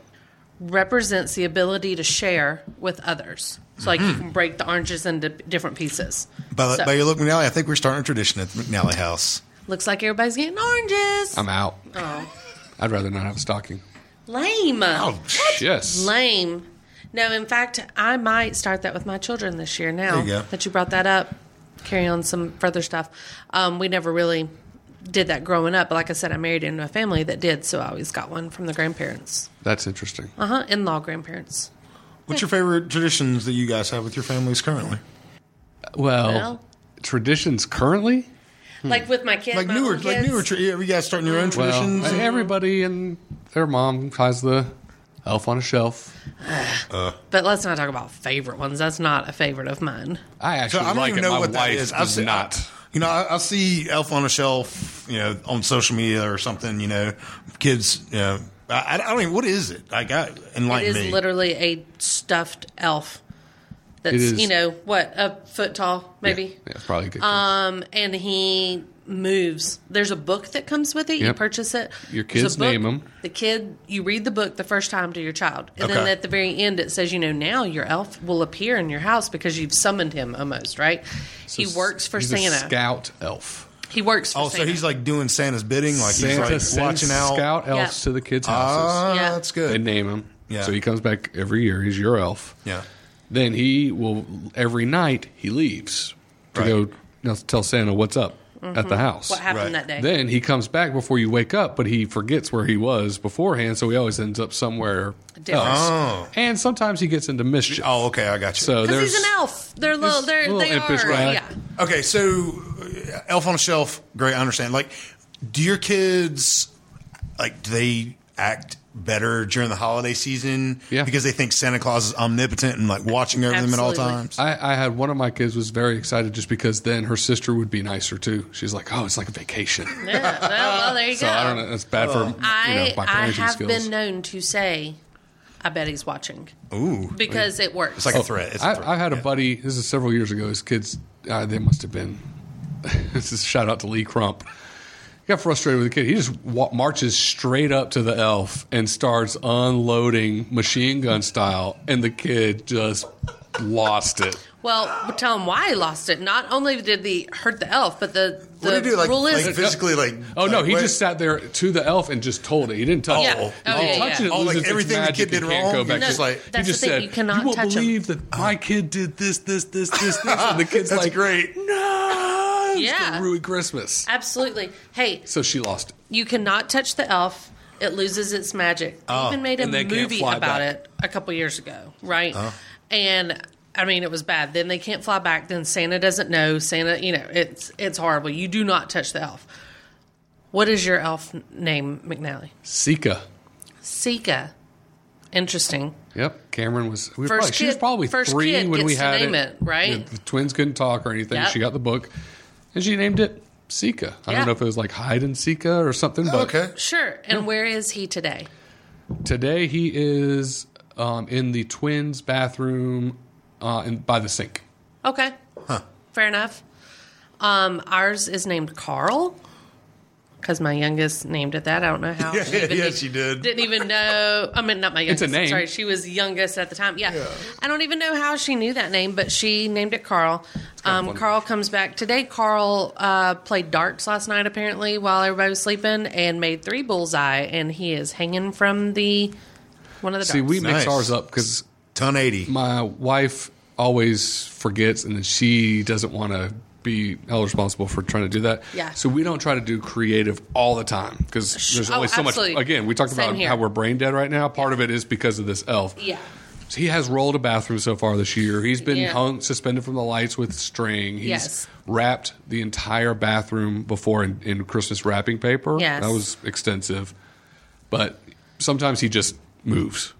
[SPEAKER 1] represents the ability to share with others. So, like, you can break the oranges into different pieces.
[SPEAKER 4] By,
[SPEAKER 1] So-
[SPEAKER 4] by your look, McNally, I think we're starting a tradition at the McNally house.
[SPEAKER 1] Looks like everybody's getting oranges.
[SPEAKER 3] I'm out.
[SPEAKER 1] oh,
[SPEAKER 3] I'd rather not have a stocking.
[SPEAKER 1] lame.
[SPEAKER 4] Oh,
[SPEAKER 3] Yes.
[SPEAKER 1] Lame. No, in fact, I might start that with my children this year now
[SPEAKER 4] There you go.
[SPEAKER 1] that you brought that up. Carry on some further stuff. Um, we never really did that growing up, but like I said, I married into a family that did, so I always got one from the grandparents.
[SPEAKER 3] That's interesting.
[SPEAKER 1] Uh huh, in law grandparents.
[SPEAKER 4] What's your favorite traditions that you guys have with your families currently?
[SPEAKER 3] Well,
[SPEAKER 1] Well.
[SPEAKER 3] traditions currently?
[SPEAKER 1] Like with my kids.
[SPEAKER 4] Hmm. Like
[SPEAKER 1] my
[SPEAKER 4] newer,
[SPEAKER 1] own
[SPEAKER 4] like
[SPEAKER 1] kids.
[SPEAKER 4] newer. Tra- yeah, you guys starting your own
[SPEAKER 3] Well,
[SPEAKER 4] traditions.
[SPEAKER 3] everybody and their mom has the elf on a shelf.
[SPEAKER 1] But let's not talk about favorite ones. That's not a favorite of mine.
[SPEAKER 3] I
[SPEAKER 4] So
[SPEAKER 3] actually
[SPEAKER 4] I don't
[SPEAKER 3] like
[SPEAKER 4] even
[SPEAKER 3] it.
[SPEAKER 4] know
[SPEAKER 3] My
[SPEAKER 4] what that
[SPEAKER 3] wife
[SPEAKER 4] is. I've
[SPEAKER 3] does
[SPEAKER 4] seen,
[SPEAKER 3] not.
[SPEAKER 4] You know, I, I see Elf on a Shelf, you know, on social media or something. You know, kids. You know, I, I don't even. What is it? Like, I
[SPEAKER 1] It
[SPEAKER 4] enlighten
[SPEAKER 1] is
[SPEAKER 4] me.
[SPEAKER 1] literally a stuffed elf that's,
[SPEAKER 3] It is-
[SPEAKER 1] you know, what, a foot tall, maybe?
[SPEAKER 3] Yeah, yeah, it's probably a good.
[SPEAKER 1] Um, and he moves. There's a book that comes with it. You
[SPEAKER 3] Yep.
[SPEAKER 1] purchase it.
[SPEAKER 3] Your
[SPEAKER 1] There's a
[SPEAKER 3] kids
[SPEAKER 1] book.
[SPEAKER 3] name 'em.
[SPEAKER 1] The kid, you read the book the first time to your child, and then
[SPEAKER 4] Okay.
[SPEAKER 1] at the very end it says, you know, now your elf will appear in your house because you've summoned him almost, right? he
[SPEAKER 3] He's-
[SPEAKER 1] works for
[SPEAKER 3] he's a
[SPEAKER 1] Santa.
[SPEAKER 3] scout elf.
[SPEAKER 1] He works for
[SPEAKER 4] Oh,
[SPEAKER 1] Santa.
[SPEAKER 4] so he's like doing Santa's bidding. Like
[SPEAKER 3] Santa
[SPEAKER 4] he's
[SPEAKER 3] sends
[SPEAKER 4] like watching out.
[SPEAKER 3] scout elves
[SPEAKER 1] Yeah.
[SPEAKER 3] to the kids' houses.
[SPEAKER 4] Ah,
[SPEAKER 1] Yeah.
[SPEAKER 4] that's
[SPEAKER 3] they
[SPEAKER 4] good.
[SPEAKER 3] name him.
[SPEAKER 4] Yeah.
[SPEAKER 3] So he comes back every year. He's your elf.
[SPEAKER 4] yeah.
[SPEAKER 3] Then he will every night he leaves to
[SPEAKER 4] Right.
[SPEAKER 3] go now tell Santa what's up at the house.
[SPEAKER 1] Mm-hmm. what happened
[SPEAKER 4] Right.
[SPEAKER 1] that day.
[SPEAKER 3] Then he comes back before you wake up, but he forgets where he was beforehand, so he always ends up somewhere
[SPEAKER 1] Different.
[SPEAKER 3] else.
[SPEAKER 4] Oh.
[SPEAKER 3] And sometimes he gets into mischief.
[SPEAKER 4] Oh, okay, I got you.
[SPEAKER 3] So
[SPEAKER 1] Because
[SPEAKER 3] there's
[SPEAKER 1] he's an elf. They're little.
[SPEAKER 3] He's
[SPEAKER 1] They're,
[SPEAKER 3] a little
[SPEAKER 1] they
[SPEAKER 3] impish
[SPEAKER 1] are.
[SPEAKER 3] guy.
[SPEAKER 1] Yeah.
[SPEAKER 4] Okay, so uh, Elf on a Shelf, great, I understand. Like, do your kids like do they act better during the holiday season?
[SPEAKER 3] Yeah.
[SPEAKER 4] because they think Santa Claus is omnipotent and like watching over them at all
[SPEAKER 1] Absolutely.
[SPEAKER 4] times.
[SPEAKER 3] I, I had one of my kids was very excited just because then her sister would be nicer too. She's like, "Oh, it's like a vacation."
[SPEAKER 1] Yeah. Well, well, there you
[SPEAKER 3] So
[SPEAKER 1] go.
[SPEAKER 3] I don't know. That's bad for you know,
[SPEAKER 1] I,
[SPEAKER 3] my
[SPEAKER 1] I
[SPEAKER 3] parenting
[SPEAKER 1] have
[SPEAKER 3] skills.
[SPEAKER 1] been known to say, I bet he's watching
[SPEAKER 4] Ooh,
[SPEAKER 1] because it works.
[SPEAKER 4] it's like a threat. It's a threat.
[SPEAKER 3] Oh, I, I had a
[SPEAKER 4] Yeah.
[SPEAKER 3] buddy. This is several years ago. His kids, uh, they must have been. this is a shout out to Lee Crump. He got frustrated with the kid. He just wa- marches straight up to the elf and starts unloading machine gun style, and the kid just lost it.
[SPEAKER 1] Well, tell him why he lost it. Not only did the hurt the elf, but the, the
[SPEAKER 4] What do you do? Like,
[SPEAKER 1] rule is
[SPEAKER 4] like physically, like
[SPEAKER 3] Oh no,
[SPEAKER 4] like,
[SPEAKER 3] he
[SPEAKER 4] what-
[SPEAKER 3] just sat there to the elf and just told it. He didn't touch
[SPEAKER 1] Yeah.
[SPEAKER 3] it.
[SPEAKER 1] Oh,
[SPEAKER 3] If
[SPEAKER 1] oh,
[SPEAKER 3] you
[SPEAKER 1] yeah,
[SPEAKER 3] touch
[SPEAKER 1] yeah.
[SPEAKER 3] it, it
[SPEAKER 4] Oh, like
[SPEAKER 3] loses its
[SPEAKER 4] everything the
[SPEAKER 3] magic
[SPEAKER 4] kid
[SPEAKER 3] and
[SPEAKER 4] did
[SPEAKER 3] can't
[SPEAKER 4] wrong,
[SPEAKER 3] Go
[SPEAKER 4] you
[SPEAKER 3] back to-
[SPEAKER 4] just like-
[SPEAKER 3] he
[SPEAKER 1] That's
[SPEAKER 3] just
[SPEAKER 1] the thing,
[SPEAKER 3] said,
[SPEAKER 1] you cannot
[SPEAKER 3] won't
[SPEAKER 1] touch 'em."
[SPEAKER 3] believe that my kid did this, this, this, this, this, and the kid's
[SPEAKER 4] That's
[SPEAKER 3] like,
[SPEAKER 4] great.
[SPEAKER 3] No, it's
[SPEAKER 1] Yeah.
[SPEAKER 3] the ruined Christmas.
[SPEAKER 1] absolutely. Hey,
[SPEAKER 3] So she lost it.
[SPEAKER 1] you cannot touch the elf. It loses its magic. They even made a
[SPEAKER 3] Oh. and they can't
[SPEAKER 1] movie
[SPEAKER 3] fly
[SPEAKER 1] about
[SPEAKER 3] back. Uh-huh.
[SPEAKER 1] it a couple years ago, right? And I mean, it was bad. Then they can't fly back. Then Santa doesn't know. Santa, you know, it's it's horrible. You do not touch the elf. What is your elf n- name, McNally?
[SPEAKER 3] Sika.
[SPEAKER 1] Sika. Interesting.
[SPEAKER 3] Yep. Cameron was. We were
[SPEAKER 1] First
[SPEAKER 3] probably, she was
[SPEAKER 1] kid-
[SPEAKER 3] probably
[SPEAKER 1] first
[SPEAKER 3] three
[SPEAKER 1] kid
[SPEAKER 3] when we
[SPEAKER 1] gets to
[SPEAKER 3] had
[SPEAKER 1] name it, right?
[SPEAKER 3] The, the twins couldn't talk or anything.
[SPEAKER 1] Yep.
[SPEAKER 3] She got the book, and she named it Sika. I
[SPEAKER 1] Yeah.
[SPEAKER 3] don't know if it was like hide and Sika or something, but
[SPEAKER 4] Oh, okay.
[SPEAKER 1] Sure. And where is he today?
[SPEAKER 3] today he is um, in the twins' bathroom uh, in, by the sink.
[SPEAKER 1] Okay. Fair enough. Um, ours is named Carl because my youngest named it that. I don't know how.
[SPEAKER 4] Yeah,
[SPEAKER 1] She didn't
[SPEAKER 4] yeah,
[SPEAKER 1] even-
[SPEAKER 4] she did.
[SPEAKER 1] Didn't even know. I mean, not my
[SPEAKER 3] It's
[SPEAKER 1] youngest.
[SPEAKER 3] a name.
[SPEAKER 1] Sorry, she was youngest at the time. Yeah. I don't even know how she knew that name, but she named it Carl. Um,
[SPEAKER 3] funny.
[SPEAKER 1] Carl comes back today. Carl uh, played darts last night apparently while everybody was sleeping and made three bullseye, and he is hanging from the one of the.
[SPEAKER 3] See,
[SPEAKER 1] darts.
[SPEAKER 3] we mix
[SPEAKER 4] Nice.
[SPEAKER 3] ours up because
[SPEAKER 4] ton eighty.
[SPEAKER 3] my wife always forgets, and then she doesn't want to be held responsible for trying to do that.
[SPEAKER 1] Yeah.
[SPEAKER 3] So we don't try to do creative all the time because there's
[SPEAKER 1] oh,
[SPEAKER 3] only so
[SPEAKER 1] absolutely.
[SPEAKER 3] much. Again, we talked
[SPEAKER 1] Same
[SPEAKER 3] about
[SPEAKER 1] here.
[SPEAKER 3] how we're brain dead right now. Part of it is because of this elf.
[SPEAKER 1] Yeah.
[SPEAKER 3] So he has rolled a bathroom so far this year. He's been
[SPEAKER 1] Yeah.
[SPEAKER 3] hung suspended from the lights with string. He's
[SPEAKER 1] Yes.
[SPEAKER 3] wrapped the entire bathroom before in, in Christmas wrapping paper.
[SPEAKER 1] Yes.
[SPEAKER 3] That was extensive. But sometimes he just moves.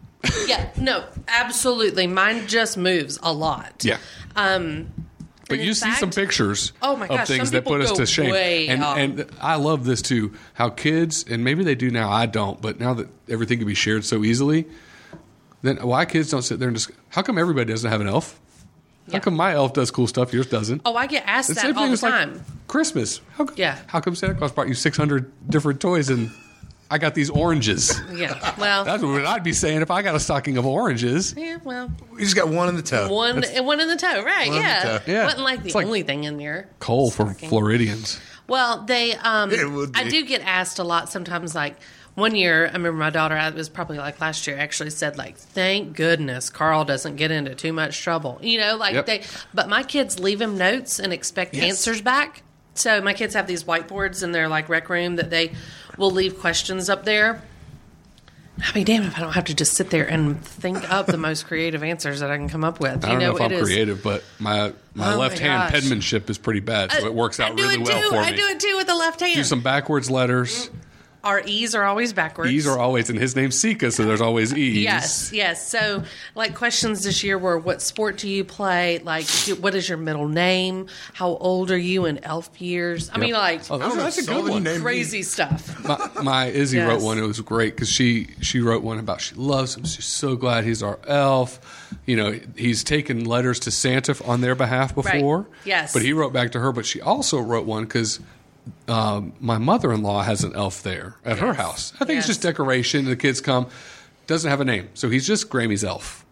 [SPEAKER 1] Yeah, no, absolutely. Mine just moves a lot.
[SPEAKER 3] Yeah. Um, but
[SPEAKER 1] and
[SPEAKER 3] you
[SPEAKER 1] in
[SPEAKER 3] see some
[SPEAKER 1] fact-
[SPEAKER 3] pictures
[SPEAKER 1] Oh my
[SPEAKER 3] of
[SPEAKER 1] gosh,
[SPEAKER 3] things
[SPEAKER 1] some
[SPEAKER 3] that put
[SPEAKER 1] people
[SPEAKER 3] us to
[SPEAKER 1] go
[SPEAKER 3] shame.
[SPEAKER 1] way
[SPEAKER 3] and
[SPEAKER 1] off.
[SPEAKER 3] and I love this too, how kids and maybe they do now, I don't, but now that everything can be shared so easily, then why kids don't sit there and just how come everybody doesn't have an elf? How
[SPEAKER 1] Yeah.
[SPEAKER 3] come my elf does cool stuff, yours doesn't?
[SPEAKER 1] Oh, I get asked
[SPEAKER 3] It's
[SPEAKER 1] that all the
[SPEAKER 3] as, like,
[SPEAKER 1] time.
[SPEAKER 3] Christmas. How come,
[SPEAKER 1] Yeah.
[SPEAKER 3] how come Santa Claus brought you six hundred different toys and I got these oranges?
[SPEAKER 1] yeah. Well.
[SPEAKER 3] That's what I'd be saying if I got a stocking of oranges.
[SPEAKER 1] Yeah. Well.
[SPEAKER 4] We just got one in the toe.
[SPEAKER 1] One and one in the toe, right?
[SPEAKER 4] One in the
[SPEAKER 1] Yeah.
[SPEAKER 4] toe.
[SPEAKER 3] Yeah.
[SPEAKER 1] Wasn't like the
[SPEAKER 3] It's like
[SPEAKER 1] only thing in there.
[SPEAKER 3] Coal for
[SPEAKER 1] Stocking.
[SPEAKER 3] Floridians.
[SPEAKER 1] Well, they. Um,
[SPEAKER 4] It would
[SPEAKER 1] I
[SPEAKER 4] be.
[SPEAKER 1] do get asked a lot sometimes. Like one year, I remember my daughter. I- It was probably like last year. Actually, said like, "Thank goodness Carl doesn't get into too much trouble." You know, like
[SPEAKER 3] Yep.
[SPEAKER 1] they. But my kids leave him notes and expect answers back. So my kids have these whiteboards in their like rec room that they will leave questions up there. I mean, damn if I don't have to just sit there and think up the most creative answers that I can come up with. you
[SPEAKER 3] I don't know,
[SPEAKER 1] know,
[SPEAKER 3] if I'm
[SPEAKER 1] it is-
[SPEAKER 3] creative, but my my
[SPEAKER 1] Oh my
[SPEAKER 3] left hand
[SPEAKER 1] gosh. Uh,
[SPEAKER 3] penmanship is pretty bad, so it works
[SPEAKER 1] I
[SPEAKER 3] out
[SPEAKER 1] do
[SPEAKER 3] really
[SPEAKER 1] it
[SPEAKER 3] well
[SPEAKER 1] too.
[SPEAKER 3] for me.
[SPEAKER 1] I do it too with the left hand.
[SPEAKER 3] Do some backwards letters.
[SPEAKER 1] Our E's are always backwards.
[SPEAKER 3] E's are always, and his name's Sika, so there's always E's.
[SPEAKER 1] Yes, yes. So, like, questions this year were what sport do you play? Like, do, what is your middle name? How old are you in elf years? I mean, like,
[SPEAKER 3] Oh, those are- that's a
[SPEAKER 4] So
[SPEAKER 3] good
[SPEAKER 4] many
[SPEAKER 3] one.
[SPEAKER 4] names.
[SPEAKER 1] crazy stuff.
[SPEAKER 3] my, my Izzy
[SPEAKER 1] Yes.
[SPEAKER 3] wrote one. It was great because she she wrote one about she loves him. She's so glad he's our elf. You know, he's taken letters to Santa f- on their behalf before.
[SPEAKER 1] Yes.
[SPEAKER 3] but he wrote back to her. But she also wrote one because. Um, my mother-in-law has an elf there at her house. I think
[SPEAKER 1] Yes.
[SPEAKER 3] it's just decoration. The kids come, doesn't have a name, so he's just Grammy's elf.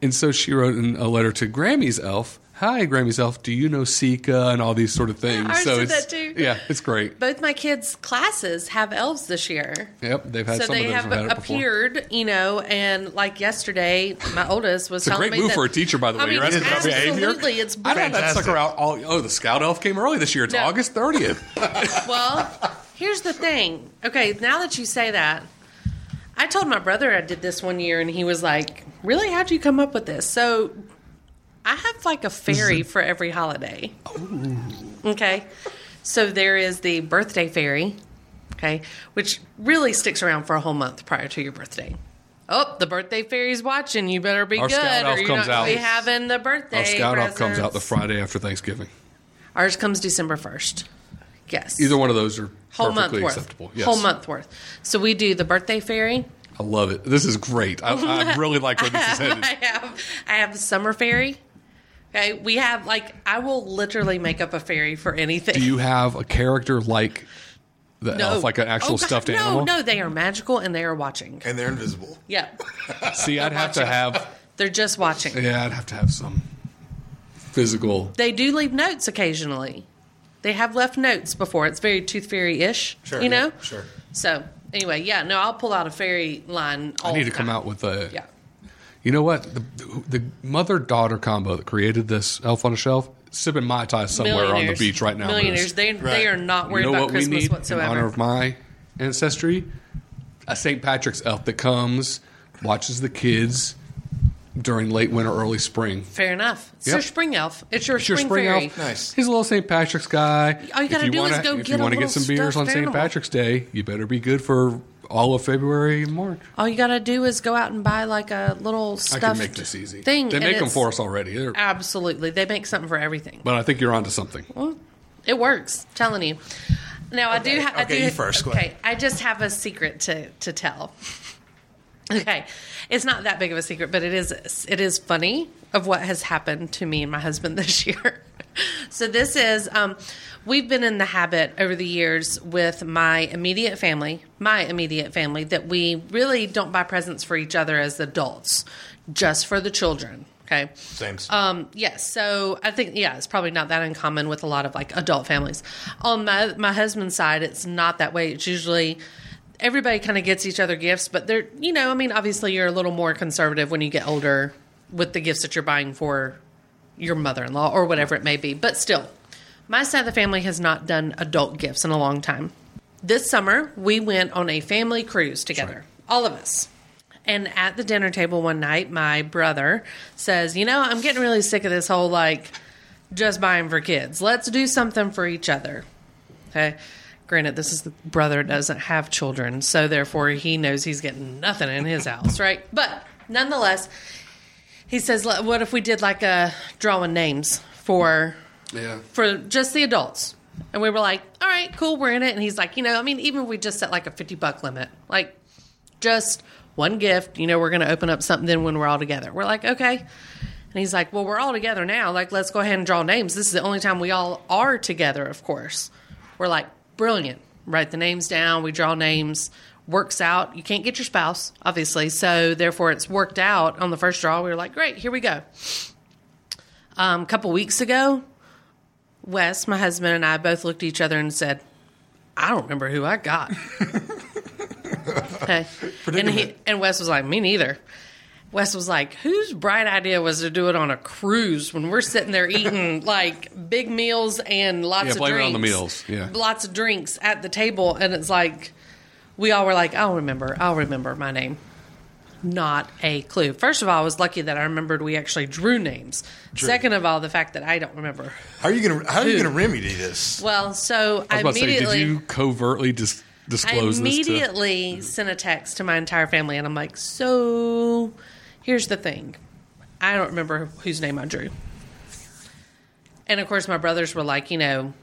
[SPEAKER 3] And so she wrote in a letter to Grammy's elf. Hi, Grammy's elf. Do you know Sika and all these sort of things?
[SPEAKER 1] ours
[SPEAKER 3] so
[SPEAKER 1] did
[SPEAKER 3] it's,
[SPEAKER 1] that too.
[SPEAKER 3] Yeah, it's great.
[SPEAKER 1] Both my kids' classes have elves this year.
[SPEAKER 3] Yep, they've had
[SPEAKER 1] so
[SPEAKER 3] some
[SPEAKER 1] they
[SPEAKER 3] of those
[SPEAKER 1] have
[SPEAKER 3] who've had it before.
[SPEAKER 1] appeared, you know, and like yesterday, my oldest was
[SPEAKER 3] It's a
[SPEAKER 1] telling me
[SPEAKER 3] great move
[SPEAKER 1] that-
[SPEAKER 3] for a teacher, by the way.
[SPEAKER 1] I mean,
[SPEAKER 3] You're asking about behavior.
[SPEAKER 1] absolutely, it's
[SPEAKER 3] I had that
[SPEAKER 4] Fantastic.
[SPEAKER 3] sucker out. All, oh, the scout elf came early this year. It's
[SPEAKER 1] No.
[SPEAKER 3] August Oh, 30th.
[SPEAKER 1] Well, here's the thing. Okay, now that you say that, I told my brother I did this one year, and he was like, "Really? How'd you come up with this?" So, I have like a fairy for every holiday.
[SPEAKER 3] Oh.
[SPEAKER 1] Okay, so there is the birthday fairy. Okay, which really sticks around for a whole month prior to your birthday. Oh, the birthday fairy's watching. You better be
[SPEAKER 3] Our
[SPEAKER 1] good,
[SPEAKER 3] scout
[SPEAKER 1] or
[SPEAKER 3] elf
[SPEAKER 1] you're
[SPEAKER 3] comes
[SPEAKER 1] not going to be
[SPEAKER 3] out.
[SPEAKER 1] having the birthday.
[SPEAKER 3] Our scout elf comes out the
[SPEAKER 1] presents.
[SPEAKER 3] Friday after Thanksgiving.
[SPEAKER 1] Ours comes December first. Yes
[SPEAKER 3] Either one of those are
[SPEAKER 1] whole month
[SPEAKER 3] perfectly
[SPEAKER 1] worth.
[SPEAKER 3] acceptable. Yes.
[SPEAKER 1] Whole month worth. So we do the birthday fairy.
[SPEAKER 3] I love it. This is great. I, I really like where this is headed.
[SPEAKER 1] I have I have the summer fairy. Okay, we have like I will literally make up a fairy for anything.
[SPEAKER 3] Do you have a character like the
[SPEAKER 1] no.
[SPEAKER 3] elf, like an actual
[SPEAKER 1] Oh, God,
[SPEAKER 3] stuffed
[SPEAKER 1] no,
[SPEAKER 3] animal?
[SPEAKER 1] No, they are magical and they are watching.
[SPEAKER 4] and they're invisible.
[SPEAKER 1] Yep,
[SPEAKER 3] See, I'd have to have.
[SPEAKER 1] they're just watching.
[SPEAKER 3] Yeah, I'd have to have some physical.
[SPEAKER 1] They do leave notes occasionally. They have left notes before. It's very tooth fairy ish.
[SPEAKER 4] Sure,
[SPEAKER 1] you
[SPEAKER 4] yeah,
[SPEAKER 1] know.
[SPEAKER 4] sure.
[SPEAKER 1] So anyway, yeah. No, I'll pull out a fairy line. All
[SPEAKER 3] I need to
[SPEAKER 1] the
[SPEAKER 3] come
[SPEAKER 1] time.
[SPEAKER 3] out with a.
[SPEAKER 1] Oh, Yeah.
[SPEAKER 3] You know what? The, the mother daughter combo that created this Elf on a Shelf sipping mai tai somewhere on the
[SPEAKER 1] Millionaires.
[SPEAKER 3] beach right now. Liz.
[SPEAKER 1] Millionaires. They,
[SPEAKER 4] Right.
[SPEAKER 1] they are not
[SPEAKER 3] You
[SPEAKER 1] worried
[SPEAKER 3] know
[SPEAKER 1] about
[SPEAKER 3] what we
[SPEAKER 1] Christmas
[SPEAKER 3] need
[SPEAKER 1] whatsoever.
[SPEAKER 3] in honor of my ancestry? A St. Patrick's elf that comes, watches the kids during late winter, early spring.
[SPEAKER 1] Fair enough. It's
[SPEAKER 3] Yep.
[SPEAKER 1] your spring elf. It's your
[SPEAKER 3] It's your
[SPEAKER 1] spring,
[SPEAKER 3] spring
[SPEAKER 1] fairy.
[SPEAKER 3] elf.
[SPEAKER 4] Nice.
[SPEAKER 3] He's a little St. Patrick's guy.
[SPEAKER 1] All you gotta do is go
[SPEAKER 3] if
[SPEAKER 1] get a
[SPEAKER 3] you wanna get
[SPEAKER 1] little
[SPEAKER 3] some beers on
[SPEAKER 1] stuffed
[SPEAKER 3] St.
[SPEAKER 1] animal.
[SPEAKER 3] Patrick's Day, you better be good for all of February and March.
[SPEAKER 1] All you gotta do is go out and buy like a little stuffed
[SPEAKER 3] I can make this easy.
[SPEAKER 1] thing.
[SPEAKER 3] they
[SPEAKER 1] and
[SPEAKER 3] make them
[SPEAKER 1] it's-
[SPEAKER 3] for us already. They're-
[SPEAKER 1] Absolutely, they make something for everything.
[SPEAKER 3] but I think you're onto something.
[SPEAKER 1] It works. Telling you. Now I do.
[SPEAKER 4] Okay,
[SPEAKER 1] Ha- I
[SPEAKER 4] okay,
[SPEAKER 1] do,
[SPEAKER 4] you first, go
[SPEAKER 1] Okay, I just have a secret to to tell. Okay, it's not that big of a secret, but it is it is funny of what has happened to me and my husband this year. so this is um, we've been in the habit over the years with my immediate family, my immediate family, that we really don't buy presents for each other as adults, just for the children. Okay.
[SPEAKER 4] Same.
[SPEAKER 1] Um, yes. So I think, yeah, it's probably not that uncommon with a lot of like adult families. On my, my husband's side, it's not that way. It's usually everybody kind of gets each other gifts, but they're, you know, I mean, obviously you're a little more conservative when you get older with the gifts that you're buying for your mother in law or whatever it may be. But still, my side of the family has not done adult gifts in a long time. This summer, we went on a family cruise together, all of us. And at the dinner table one night, my brother says, You know, I'm getting really sick of this whole like just buying for kids. Let's do something for each other. Okay. Granted, this is the brother doesn't have children, so therefore he knows he's getting nothing in his house, right? But nonetheless, he says, "Let- "What if we did like a drawing names for
[SPEAKER 3] Yeah.
[SPEAKER 1] for just the adults?" And we were like, "All right, cool, we're in it." And he's like, "You know, I mean, even if we just set like a fifty buck limit, like just one gift, you know, we're going to open up something then when we're all together." We're like, "Okay." And he's like, "Well, we're all together now. Like, let's go ahead and draw names. This is the only time we all are together, of course." We're like, "Brilliant." Write the names down. We draw names. Works out. You can't get your spouse, obviously. So, therefore, it's worked out on the first draw. We were like, great, here we go um, a couple weeks ago, Wes, my husband, and I both looked at each other and said, I don't remember who I got. okay. And, he, and Wes was like, Me neither. Wes was like, Whose bright idea was to do it on a cruise when we're sitting there eating like big meals and lots
[SPEAKER 3] Yeah,
[SPEAKER 1] of
[SPEAKER 3] blame it
[SPEAKER 1] drinks?
[SPEAKER 3] on the meals. Yeah.
[SPEAKER 1] Lots of drinks at the table. And it's like, we all were like, I'll remember. I'll remember my name. Not a clue. First of all, I was lucky that I remembered we actually drew names. Second of all, the fact that I don't remember.
[SPEAKER 4] How are you gonna How are you gonna remedy this?
[SPEAKER 1] Well, so I,
[SPEAKER 3] I was about to say, did
[SPEAKER 1] immediately
[SPEAKER 3] you covertly dis-
[SPEAKER 1] I
[SPEAKER 3] disclose this to?
[SPEAKER 1] immediately sent a text to my entire family, and I'm like, so here's the thing, I don't remember whose name I drew, and of course my brothers were like, you know.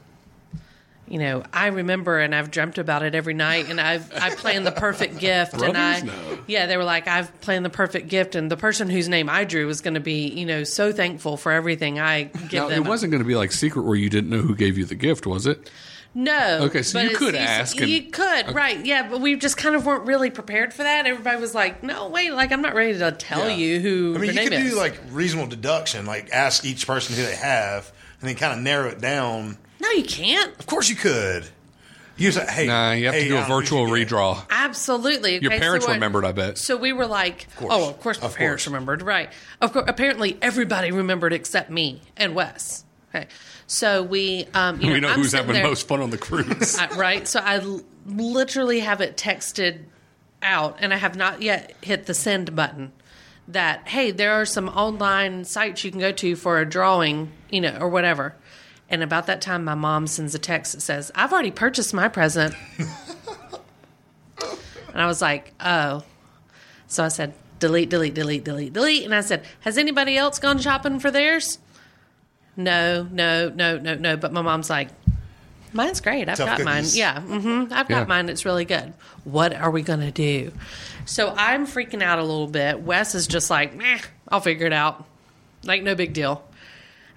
[SPEAKER 1] You know, I remember, and I've dreamt about it every night, and I've I planned the perfect gift, and I,
[SPEAKER 3] Brothers? No.
[SPEAKER 1] yeah, they were like, I've planned the perfect gift, and the person whose name I drew was going to be, you know, so thankful for everything I give
[SPEAKER 3] Now,
[SPEAKER 1] them.
[SPEAKER 3] it wasn't going to be like secret where you didn't know who gave you the gift, was it?
[SPEAKER 1] No.
[SPEAKER 3] Okay, so
[SPEAKER 1] but
[SPEAKER 3] you
[SPEAKER 1] it's-
[SPEAKER 3] could ask and-
[SPEAKER 1] You could, right? Yeah, but we just kind of weren't really prepared for that. Everybody was like, "No, wait, like I'm not ready to tell
[SPEAKER 4] Yeah.
[SPEAKER 1] you who
[SPEAKER 4] I mean,
[SPEAKER 1] your
[SPEAKER 4] you
[SPEAKER 1] name
[SPEAKER 4] could
[SPEAKER 1] is."
[SPEAKER 4] do like reasonable deduction, like ask each person who they have, and then kind of narrow it down.
[SPEAKER 1] no, you can't.
[SPEAKER 4] Of course, you could. You say, "Hey,
[SPEAKER 3] Nah, you have
[SPEAKER 4] hey, uh,
[SPEAKER 3] to do
[SPEAKER 4] I
[SPEAKER 3] a
[SPEAKER 4] don't know
[SPEAKER 3] virtual
[SPEAKER 4] who you get.
[SPEAKER 3] redraw.
[SPEAKER 1] Absolutely.
[SPEAKER 3] Your
[SPEAKER 1] Okay, so
[SPEAKER 3] parents
[SPEAKER 1] what-
[SPEAKER 3] remembered, I bet.
[SPEAKER 1] So we were like,
[SPEAKER 4] course.
[SPEAKER 1] "Oh, of course, my
[SPEAKER 4] Of
[SPEAKER 1] parents
[SPEAKER 4] course.
[SPEAKER 1] remembered." Right. Of course. Apparently, everybody remembered except me and Wes. Okay. So we, um, you know,
[SPEAKER 3] we know
[SPEAKER 1] I'm
[SPEAKER 3] who's
[SPEAKER 1] sitting
[SPEAKER 3] having
[SPEAKER 1] there-
[SPEAKER 3] most fun on the cruise.
[SPEAKER 1] I- right? So I l- literally have it texted out, and I have not yet hit the send button. That hey, there are some online sites you can go to for a drawing, you know, or whatever. And about that time, my mom sends a text that says, "I've already purchased my present," and I was like, "Oh." So I said, "Delete, delete, delete, delete, delete," and I said, "Has anybody else gone shopping for theirs?" No, no, no, no, no. But my mom's like, Mine's great. I've
[SPEAKER 4] Tough
[SPEAKER 1] got mine.
[SPEAKER 4] cookies.
[SPEAKER 1] Yeah. hmm I've
[SPEAKER 3] Yeah.
[SPEAKER 1] got mine. It's really good. What are we going to do? So I'm freaking out a little bit. Wes is just like, nah, I'll figure it out. Like, no big deal.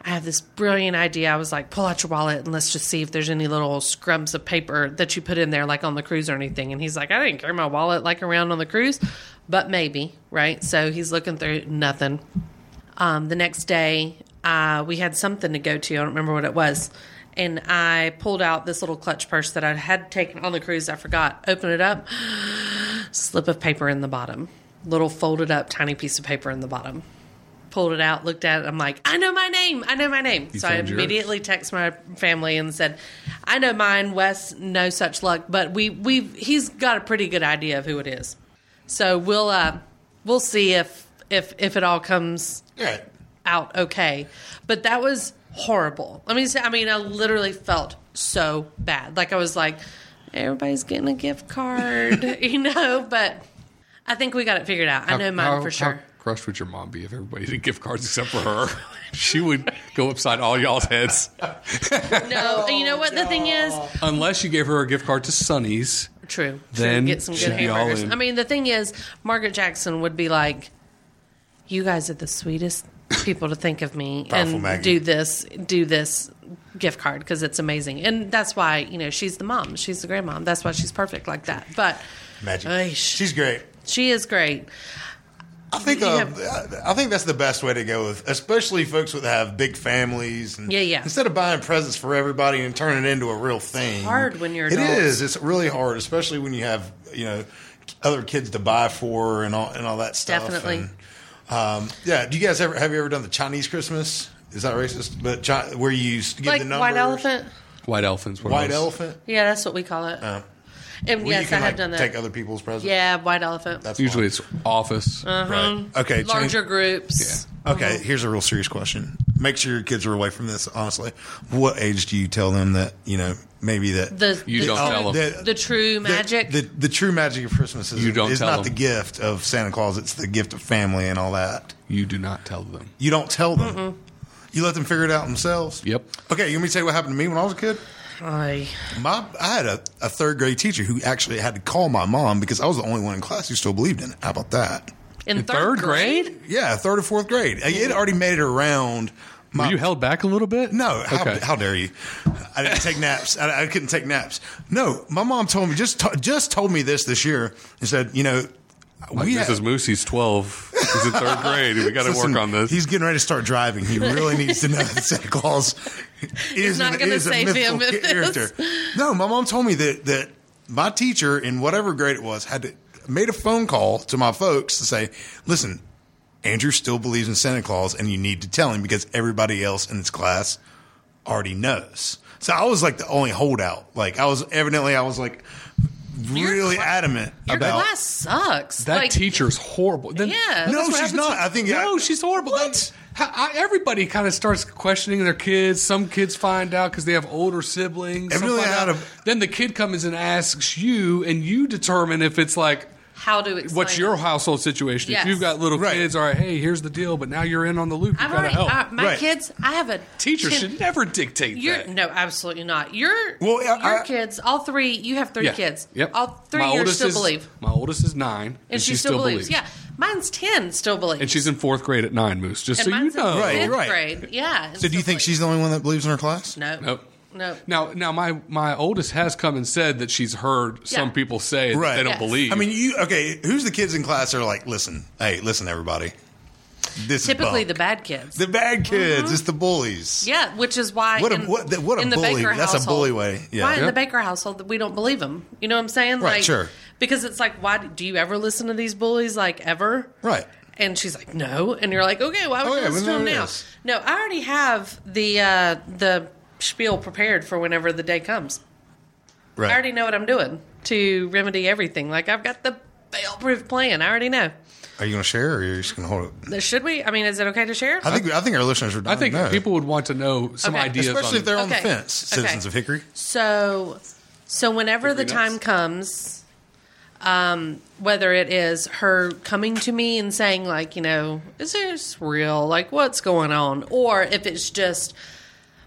[SPEAKER 1] I have this brilliant idea. I was like, pull out your wallet and let's just see if there's any little scrubs of paper that you put in there, like on the cruise or anything. And he's like, I didn't carry my wallet like around on the cruise, but maybe, right? So he's looking through nothing. Um, the next day, uh, we had something to go to. I don't remember what it was. And I pulled out this little clutch purse that I had taken on the cruise. I forgot. Open it up, slip of paper in the bottom, little folded up, tiny piece of paper in the bottom pulled it out, looked at it. I'm like, I know my name. I know my name. so I
[SPEAKER 3] found yours?
[SPEAKER 1] immediately text my family and said, I know mine. Wes, no such luck, but we we he's got a pretty good idea of who it is. So we'll uh, we'll see if if if it all comes
[SPEAKER 4] All right.
[SPEAKER 1] out okay. But that was horrible. Let me say, I mean, I literally felt so bad. Like I was like, everybody's getting a gift card, you know. But I think we got it figured out. I know mine for sure.
[SPEAKER 3] How crushed would your mom be if everybody did gift cards except for her? she would go upside all y'all's heads.
[SPEAKER 1] No, you know what the thing is?
[SPEAKER 3] Unless you gave her a gift card to Sonny's.
[SPEAKER 1] True.
[SPEAKER 3] Then
[SPEAKER 1] True. get some good
[SPEAKER 3] she'd be all
[SPEAKER 1] hamburgers.
[SPEAKER 3] in.
[SPEAKER 1] I mean, the thing is, Margaret Jackson would be like, "You guys are the sweetest people to think of me
[SPEAKER 4] Powerful
[SPEAKER 1] and
[SPEAKER 4] Maggie.
[SPEAKER 1] do this, do this gift card because it's amazing." And that's why you know she's the mom, she's the grandmom. That's why she's perfect like that. But
[SPEAKER 4] Magic.
[SPEAKER 1] Ay, sh-
[SPEAKER 4] She's great.
[SPEAKER 1] she is great.
[SPEAKER 4] I think
[SPEAKER 1] You
[SPEAKER 4] uh,
[SPEAKER 1] have-
[SPEAKER 4] I I think that's the best way to go with, especially folks that have big families. And
[SPEAKER 1] Yeah, yeah.
[SPEAKER 4] Instead of buying presents for everybody and turning it into a real thing,
[SPEAKER 1] hard when you're
[SPEAKER 4] It
[SPEAKER 1] adults.
[SPEAKER 4] is. It's really hard, especially when you have you know other kids to buy for and all and all that stuff.
[SPEAKER 1] Definitely.
[SPEAKER 4] And, um, yeah. Do you guys ever have you ever done the Chinese Christmas? Is that racist? But chi- where you s- give
[SPEAKER 1] Like
[SPEAKER 4] the numbers,
[SPEAKER 1] white elephant.
[SPEAKER 3] White elephants. what
[SPEAKER 4] white
[SPEAKER 3] else?
[SPEAKER 4] elephant.
[SPEAKER 1] Yeah, that's what we call it.
[SPEAKER 4] Uh,
[SPEAKER 1] and
[SPEAKER 4] where
[SPEAKER 1] yes,
[SPEAKER 4] you can
[SPEAKER 1] I
[SPEAKER 4] like,
[SPEAKER 1] have done that.
[SPEAKER 4] take other people's presents.
[SPEAKER 1] yeah, white elephant.
[SPEAKER 4] That's
[SPEAKER 3] Usually it's office.
[SPEAKER 1] Uh.
[SPEAKER 4] right. Okay, change-
[SPEAKER 1] Larger groups.
[SPEAKER 4] Okay,
[SPEAKER 1] Uh-huh.
[SPEAKER 4] here's a real serious question. Make sure your kids are away from this. Honestly, what age do you tell them that you know maybe that
[SPEAKER 1] The
[SPEAKER 3] You
[SPEAKER 1] the
[SPEAKER 3] don't
[SPEAKER 1] true-
[SPEAKER 3] tell 'em.
[SPEAKER 4] Oh, The-
[SPEAKER 1] the true magic.
[SPEAKER 4] the, the true magic of Christmas is,
[SPEAKER 3] You don't
[SPEAKER 4] is
[SPEAKER 3] tell
[SPEAKER 4] not
[SPEAKER 3] them.
[SPEAKER 4] the gift of Santa Claus. It's the gift of family and all that.
[SPEAKER 3] You do not tell them.
[SPEAKER 4] You don't tell them. You let them figure it out themselves.
[SPEAKER 3] Yep.
[SPEAKER 4] Okay, you want me to tell you what happened to me when I was a kid?
[SPEAKER 1] Ay.
[SPEAKER 4] My, I had a, a third grade teacher who actually had to call my mom because I was the only one in class who still believed in it. How about that?
[SPEAKER 1] in,
[SPEAKER 3] third grade?
[SPEAKER 4] Yeah, third or fourth grade. It already made it around. My,
[SPEAKER 3] Were you held back a little bit?
[SPEAKER 4] No, how,
[SPEAKER 3] Okay.
[SPEAKER 4] how dare you? I didn't take naps. I, I couldn't take naps. No, my mom told me just to, just told me this this year and said, you know,
[SPEAKER 3] Like,
[SPEAKER 4] We
[SPEAKER 3] Oh this
[SPEAKER 4] ha-
[SPEAKER 3] is Moose. He's 12. He's in third grade. We got to
[SPEAKER 4] Listen,
[SPEAKER 3] work on this.
[SPEAKER 4] He's getting ready to start driving. He really needs to know that Santa Claus is
[SPEAKER 1] not
[SPEAKER 4] an-
[SPEAKER 1] gonna
[SPEAKER 4] is a
[SPEAKER 1] save him
[SPEAKER 4] mythical
[SPEAKER 1] with
[SPEAKER 4] character. No, my mom told me that that my teacher in whatever grade it was had to made a phone call to my folks to say, "Listen, Andrew still believes in Santa Claus, and you need to tell him because everybody else in this class already knows." So I was like the only holdout. Like I was evidently I was like really
[SPEAKER 1] cla-
[SPEAKER 4] adamant
[SPEAKER 1] Your
[SPEAKER 4] about
[SPEAKER 1] class sucks.
[SPEAKER 3] That
[SPEAKER 1] like,
[SPEAKER 3] teacher's horrible. Then,
[SPEAKER 1] Yeah.
[SPEAKER 3] That's
[SPEAKER 1] No,
[SPEAKER 3] what
[SPEAKER 4] she's
[SPEAKER 3] happens
[SPEAKER 4] not.
[SPEAKER 3] to-
[SPEAKER 4] I think-
[SPEAKER 3] no,
[SPEAKER 4] I-
[SPEAKER 3] she's horrible.
[SPEAKER 4] What?
[SPEAKER 3] That's- I- I- everybody kind of starts questioning their kids. Some kids find out because they have older siblings. Some
[SPEAKER 4] Evidently
[SPEAKER 3] find
[SPEAKER 4] I had
[SPEAKER 3] out-
[SPEAKER 4] a-
[SPEAKER 3] then the kid comes and asks you, and you determine if it's like
[SPEAKER 1] how to explain?
[SPEAKER 3] what's your household situation.
[SPEAKER 1] Yes.
[SPEAKER 3] If you've got little
[SPEAKER 4] Right.
[SPEAKER 3] kids, all right, hey, here's the deal, but now you're in on the loop. You
[SPEAKER 1] I've
[SPEAKER 3] gotta
[SPEAKER 1] already
[SPEAKER 3] help.
[SPEAKER 1] uh, my
[SPEAKER 4] Right.
[SPEAKER 1] kids. I have a
[SPEAKER 3] Teachers
[SPEAKER 1] ten-
[SPEAKER 3] should never dictate
[SPEAKER 1] You're,
[SPEAKER 3] that.
[SPEAKER 1] no, absolutely not. Your
[SPEAKER 4] Well, I-
[SPEAKER 1] your
[SPEAKER 4] I-
[SPEAKER 1] kids, all three. You have three
[SPEAKER 3] Yeah.
[SPEAKER 1] kids.
[SPEAKER 3] Yep.
[SPEAKER 1] all three.
[SPEAKER 3] My
[SPEAKER 1] You
[SPEAKER 3] oldest
[SPEAKER 1] still
[SPEAKER 3] is-
[SPEAKER 1] believe,
[SPEAKER 3] My oldest is nine,
[SPEAKER 1] and she, still, believes. Yeah, mine's ten. Still believes,
[SPEAKER 3] and she's in fourth grade at nine. Moose, just
[SPEAKER 1] and
[SPEAKER 3] so you
[SPEAKER 1] mine's
[SPEAKER 3] know,
[SPEAKER 1] in
[SPEAKER 4] Right,
[SPEAKER 1] fifth
[SPEAKER 4] right.
[SPEAKER 1] grade. Yeah.
[SPEAKER 4] So do you think she's the only one that believes in her class?
[SPEAKER 1] no?
[SPEAKER 3] Nope.
[SPEAKER 1] No.
[SPEAKER 3] Now, now my my oldest has come and said that she's heard some
[SPEAKER 1] Yeah.
[SPEAKER 3] people say
[SPEAKER 4] Right.
[SPEAKER 3] that they
[SPEAKER 1] Yes.
[SPEAKER 3] don't believe.
[SPEAKER 4] I mean, you okay? Who's the kids in class that are like, listen, hey, listen, everybody. This
[SPEAKER 1] Typically,
[SPEAKER 4] is
[SPEAKER 1] the
[SPEAKER 4] bunk.
[SPEAKER 1] bad kids.
[SPEAKER 4] the bad kids. It's the bullies.
[SPEAKER 1] yeah, which is why
[SPEAKER 4] What a
[SPEAKER 1] in,
[SPEAKER 4] what, the, what a
[SPEAKER 1] in the
[SPEAKER 4] bully.
[SPEAKER 1] Baker
[SPEAKER 4] That's a
[SPEAKER 1] household-
[SPEAKER 4] bully way. Yeah.
[SPEAKER 1] Why in
[SPEAKER 3] Yeah.
[SPEAKER 1] the Baker household that we don't believe them? You know what I'm saying?
[SPEAKER 4] Right,
[SPEAKER 1] Like,
[SPEAKER 4] sure.
[SPEAKER 1] Because it's like, why do you ever listen to these bullies? Like ever?
[SPEAKER 4] Right.
[SPEAKER 1] And she's like, no. And you're like, okay, why would
[SPEAKER 4] Oh,
[SPEAKER 1] you
[SPEAKER 4] yeah,
[SPEAKER 1] listen
[SPEAKER 4] well,
[SPEAKER 1] to him
[SPEAKER 4] there it
[SPEAKER 1] now?
[SPEAKER 4] is.
[SPEAKER 1] No, I already have the uh, the spiel prepared for whenever the day comes.
[SPEAKER 4] Right.
[SPEAKER 1] I already know what I'm doing to remedy everything. Like I've got the fail-proof plan. I already know.
[SPEAKER 4] Are you going to share, or are you just going to hold it?
[SPEAKER 1] Should we? I mean, is it okay to share?
[SPEAKER 4] I think I think our listeners are.
[SPEAKER 3] I think people would want to know some
[SPEAKER 1] Okay.
[SPEAKER 3] ideas,
[SPEAKER 4] especially if
[SPEAKER 3] on
[SPEAKER 4] they're on the
[SPEAKER 1] Okay.
[SPEAKER 4] fence,
[SPEAKER 1] Okay.
[SPEAKER 4] citizens of Hickory.
[SPEAKER 1] So, so whenever the
[SPEAKER 3] Every
[SPEAKER 1] time
[SPEAKER 3] night.
[SPEAKER 1] comes, um, whether it is her coming to me and saying like, you know, is this real? Like, what's going on? Or if it's just,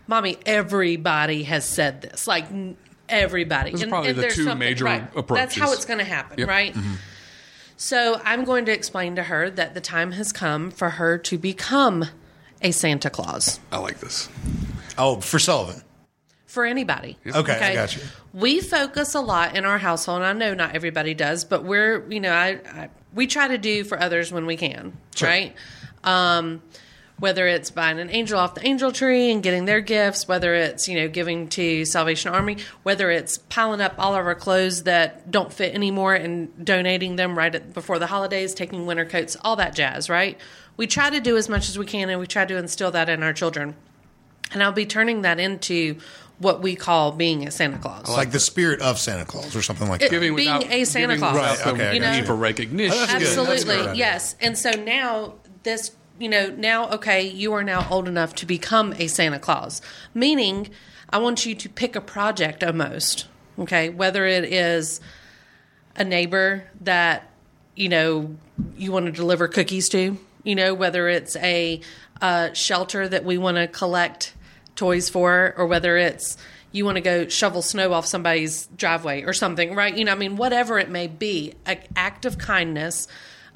[SPEAKER 1] mommy, everybody has said this. Like, n- everybody.
[SPEAKER 3] Those are probably the
[SPEAKER 1] there's
[SPEAKER 3] two
[SPEAKER 1] something-
[SPEAKER 3] major
[SPEAKER 1] right. That's how
[SPEAKER 3] approaches.
[SPEAKER 1] it's going to happen,
[SPEAKER 3] Yep. Mm-hmm.
[SPEAKER 1] right? So I'm going to explain to her that the time has come for her to become a Santa Claus
[SPEAKER 3] I like this.
[SPEAKER 4] Oh, for Sullivan.
[SPEAKER 1] for anybody.
[SPEAKER 4] Okay, I got you.
[SPEAKER 1] We focus a lot in our household. And I know not everybody does, but we're you know I, I we try to do for others when we can,
[SPEAKER 4] Sure.
[SPEAKER 1] right? Um, whether it's buying an angel off the angel tree and getting their gifts, whether it's you know giving to Salvation Army, whether it's piling up all of our clothes that don't fit anymore and donating them right at, before the holidays, taking winter coats, all that jazz, right? We try to do as much as we can, and we try to instill that in our children. And I'll be turning that into what we call being a Santa Claus.
[SPEAKER 4] Like the spirit of Santa Claus, or something like that.
[SPEAKER 3] Giving
[SPEAKER 1] Being
[SPEAKER 3] without,
[SPEAKER 1] a Santa
[SPEAKER 3] giving
[SPEAKER 1] Claus.
[SPEAKER 3] without
[SPEAKER 4] Right,
[SPEAKER 3] the
[SPEAKER 4] okay, I
[SPEAKER 1] You got
[SPEAKER 3] need
[SPEAKER 1] you.
[SPEAKER 3] for recognition.
[SPEAKER 4] Oh, that's good.
[SPEAKER 1] Absolutely,
[SPEAKER 4] That's good.
[SPEAKER 1] yes. And so now this, you know, now okay, you are now old enough to become a Santa Claus. Meaning, I want you to pick a project almost. Okay, whether it is a neighbor that you know you want to deliver cookies to, you know, whether it's a uh, shelter that we want to collect toys for, or whether it's you want to go shovel snow off somebody's driveway or something, right? You know, I mean, whatever it may be, an act of kindness.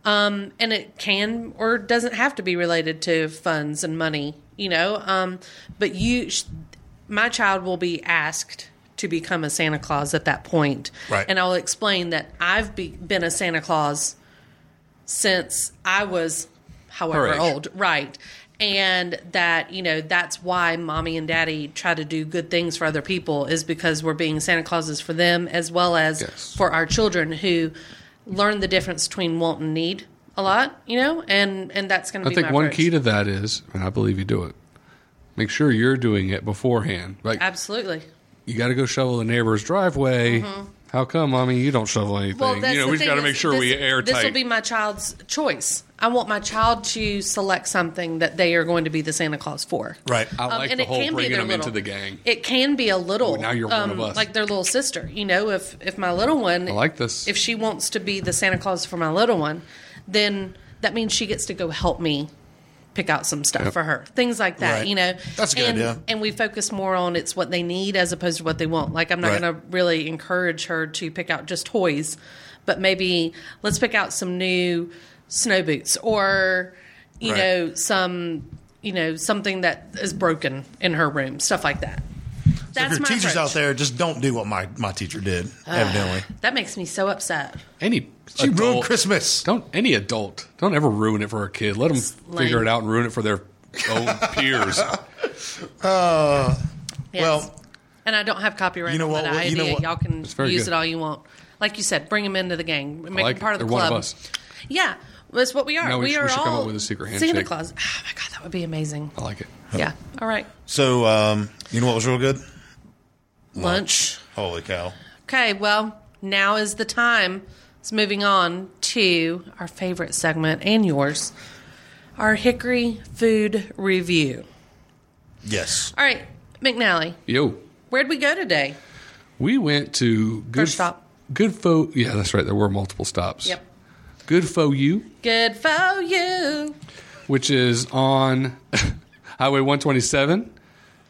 [SPEAKER 1] Um, and it can or doesn't have to be related to funds and money, you know. Um, but you, sh- my child will be asked to become a Santa Claus at that point,
[SPEAKER 4] Right.
[SPEAKER 1] And I'll explain that I've be, been a Santa Claus since I was however
[SPEAKER 3] Her age.
[SPEAKER 1] old, right? And that, you know, that's why mommy and daddy try to do good things for other people is because we're being Santa Clauses for them as well as
[SPEAKER 3] Yes.
[SPEAKER 1] for our children who learn the difference between want and need a lot, you know, and and that's going to
[SPEAKER 3] I
[SPEAKER 1] be
[SPEAKER 3] think
[SPEAKER 1] my
[SPEAKER 3] one
[SPEAKER 1] approach.
[SPEAKER 3] key to that is, and I believe you do it. Make sure you're doing it beforehand. Like
[SPEAKER 1] Absolutely.
[SPEAKER 3] you got to go shovel the neighbor's driveway. How come, mommy, you don't shovel anything? you know,
[SPEAKER 1] Mm-hmm. the
[SPEAKER 3] we've
[SPEAKER 1] thing
[SPEAKER 3] got to
[SPEAKER 1] is,
[SPEAKER 3] make sure
[SPEAKER 1] this,
[SPEAKER 3] we airtight.
[SPEAKER 1] This will be my child's choice. I want my child to select something that they are going to be the Santa Claus for.
[SPEAKER 4] Right.
[SPEAKER 3] I
[SPEAKER 1] Um,
[SPEAKER 3] like
[SPEAKER 1] and
[SPEAKER 3] the
[SPEAKER 1] it
[SPEAKER 3] whole
[SPEAKER 1] can be
[SPEAKER 3] bringing
[SPEAKER 1] their
[SPEAKER 3] them into
[SPEAKER 1] little-
[SPEAKER 3] the gang.
[SPEAKER 1] It can be a little. um,
[SPEAKER 3] now you're one of us.
[SPEAKER 1] Like their little sister. You know, if if my little one,
[SPEAKER 3] I like this.
[SPEAKER 1] If she wants to be the Santa Claus for my little one, then that means she gets to go help me pick out some stuff for her. Things like that.
[SPEAKER 4] Right.
[SPEAKER 1] You know,
[SPEAKER 4] That's a good
[SPEAKER 1] and,
[SPEAKER 4] idea.
[SPEAKER 1] And we focus more on it's what they need as opposed to what they want. Like I'm not
[SPEAKER 4] Right.
[SPEAKER 1] going to really encourage her to pick out just toys, but maybe let's pick out some new snow boots or you
[SPEAKER 4] Right.
[SPEAKER 1] know some you know something that is broken in her room, stuff like that.
[SPEAKER 4] if
[SPEAKER 1] That's
[SPEAKER 4] your
[SPEAKER 1] my
[SPEAKER 4] teachers
[SPEAKER 1] approach.
[SPEAKER 4] out there, just don't do what my, my teacher did, evidently.
[SPEAKER 1] That makes me so upset.
[SPEAKER 3] Any
[SPEAKER 4] She ruined
[SPEAKER 3] adult-
[SPEAKER 4] Christmas.
[SPEAKER 3] Don't any adult. Don't ever ruin it for a kid. Let them
[SPEAKER 1] lame.
[SPEAKER 3] figure it out and ruin it for their own peers.
[SPEAKER 1] Yes.
[SPEAKER 4] Uh, Well-
[SPEAKER 1] and I don't have copyright.
[SPEAKER 4] You know
[SPEAKER 1] on
[SPEAKER 4] what,
[SPEAKER 1] that
[SPEAKER 4] well, you know
[SPEAKER 1] idea.
[SPEAKER 4] what?
[SPEAKER 1] Y'all can use
[SPEAKER 3] It's very
[SPEAKER 1] it
[SPEAKER 3] good.
[SPEAKER 1] all you want. Like you said, bring them into the gang, make
[SPEAKER 3] like
[SPEAKER 1] them part
[SPEAKER 3] it.
[SPEAKER 1] of the
[SPEAKER 3] They're one
[SPEAKER 1] club.
[SPEAKER 3] of us.
[SPEAKER 1] Yeah, that's what we are.
[SPEAKER 3] Now we
[SPEAKER 1] we,
[SPEAKER 3] sh- we
[SPEAKER 1] are
[SPEAKER 3] should
[SPEAKER 1] all
[SPEAKER 3] come up with a secret
[SPEAKER 1] Santa
[SPEAKER 3] handshake.
[SPEAKER 1] Claus. Oh my god, that would be amazing.
[SPEAKER 3] I like it.
[SPEAKER 1] Yeah. All right.
[SPEAKER 4] So, um, you know what was real good?
[SPEAKER 1] Lunch.
[SPEAKER 4] Holy cow.
[SPEAKER 1] Okay. Well, now is the time. It's moving on to our favorite segment and yours, our Hickory food review.
[SPEAKER 4] Yes.
[SPEAKER 1] All right, McNally,
[SPEAKER 3] Yo,
[SPEAKER 1] where'd we go today?
[SPEAKER 3] we went to good
[SPEAKER 1] First stop.
[SPEAKER 3] Good fo. Yeah, that's right. There were multiple stops.
[SPEAKER 1] Yep.
[SPEAKER 3] Good fo you,
[SPEAKER 1] Good for you.
[SPEAKER 3] which is on Highway 127.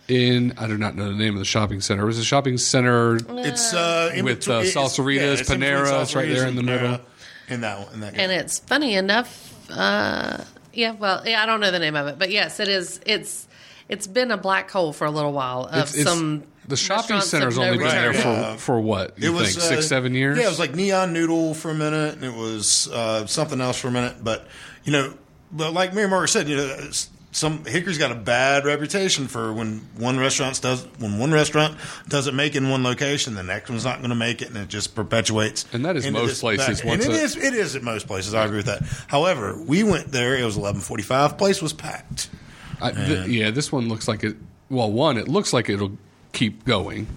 [SPEAKER 3] In I do not know the name of the shopping center. It was a shopping center.
[SPEAKER 4] It's uh, in
[SPEAKER 3] With, uh,
[SPEAKER 4] between- it's-
[SPEAKER 3] Salsaritas,
[SPEAKER 4] it's in between
[SPEAKER 3] Panera, it's right
[SPEAKER 4] Salsaritas
[SPEAKER 3] there
[SPEAKER 4] and
[SPEAKER 3] in the
[SPEAKER 4] Panera.
[SPEAKER 3] middle.
[SPEAKER 4] In that one. In that
[SPEAKER 1] and it's funny enough uh yeah well yeah, i don't know the name of it but yes it is it's it's been a black hole for a little while of
[SPEAKER 3] It's- it's-
[SPEAKER 1] some
[SPEAKER 3] the shopping
[SPEAKER 1] restaurants
[SPEAKER 3] center's
[SPEAKER 1] of no
[SPEAKER 3] only been there
[SPEAKER 1] return.
[SPEAKER 3] for
[SPEAKER 4] Yeah.
[SPEAKER 3] for what? You
[SPEAKER 4] it was
[SPEAKER 3] think
[SPEAKER 4] uh,
[SPEAKER 3] six, seven years?
[SPEAKER 4] Yeah, it was like neon noodle for a minute, and it was uh, something else for a minute. But you know, but like Mary Margaret said, you know, s- some Hickory's got a bad reputation for when one restaurant does when one restaurant doesn't make it in one location, the next one's not going to make it, and it just perpetuates.
[SPEAKER 3] And that is
[SPEAKER 4] into
[SPEAKER 3] most
[SPEAKER 4] this back-
[SPEAKER 3] places
[SPEAKER 4] And
[SPEAKER 3] once
[SPEAKER 4] it
[SPEAKER 3] a-
[SPEAKER 4] is it is at most places. I agree with that. However, we went there. It was eleven forty five. Place was packed.
[SPEAKER 3] I, th- yeah, this one looks like it. Well, one, it looks like it'll keep going.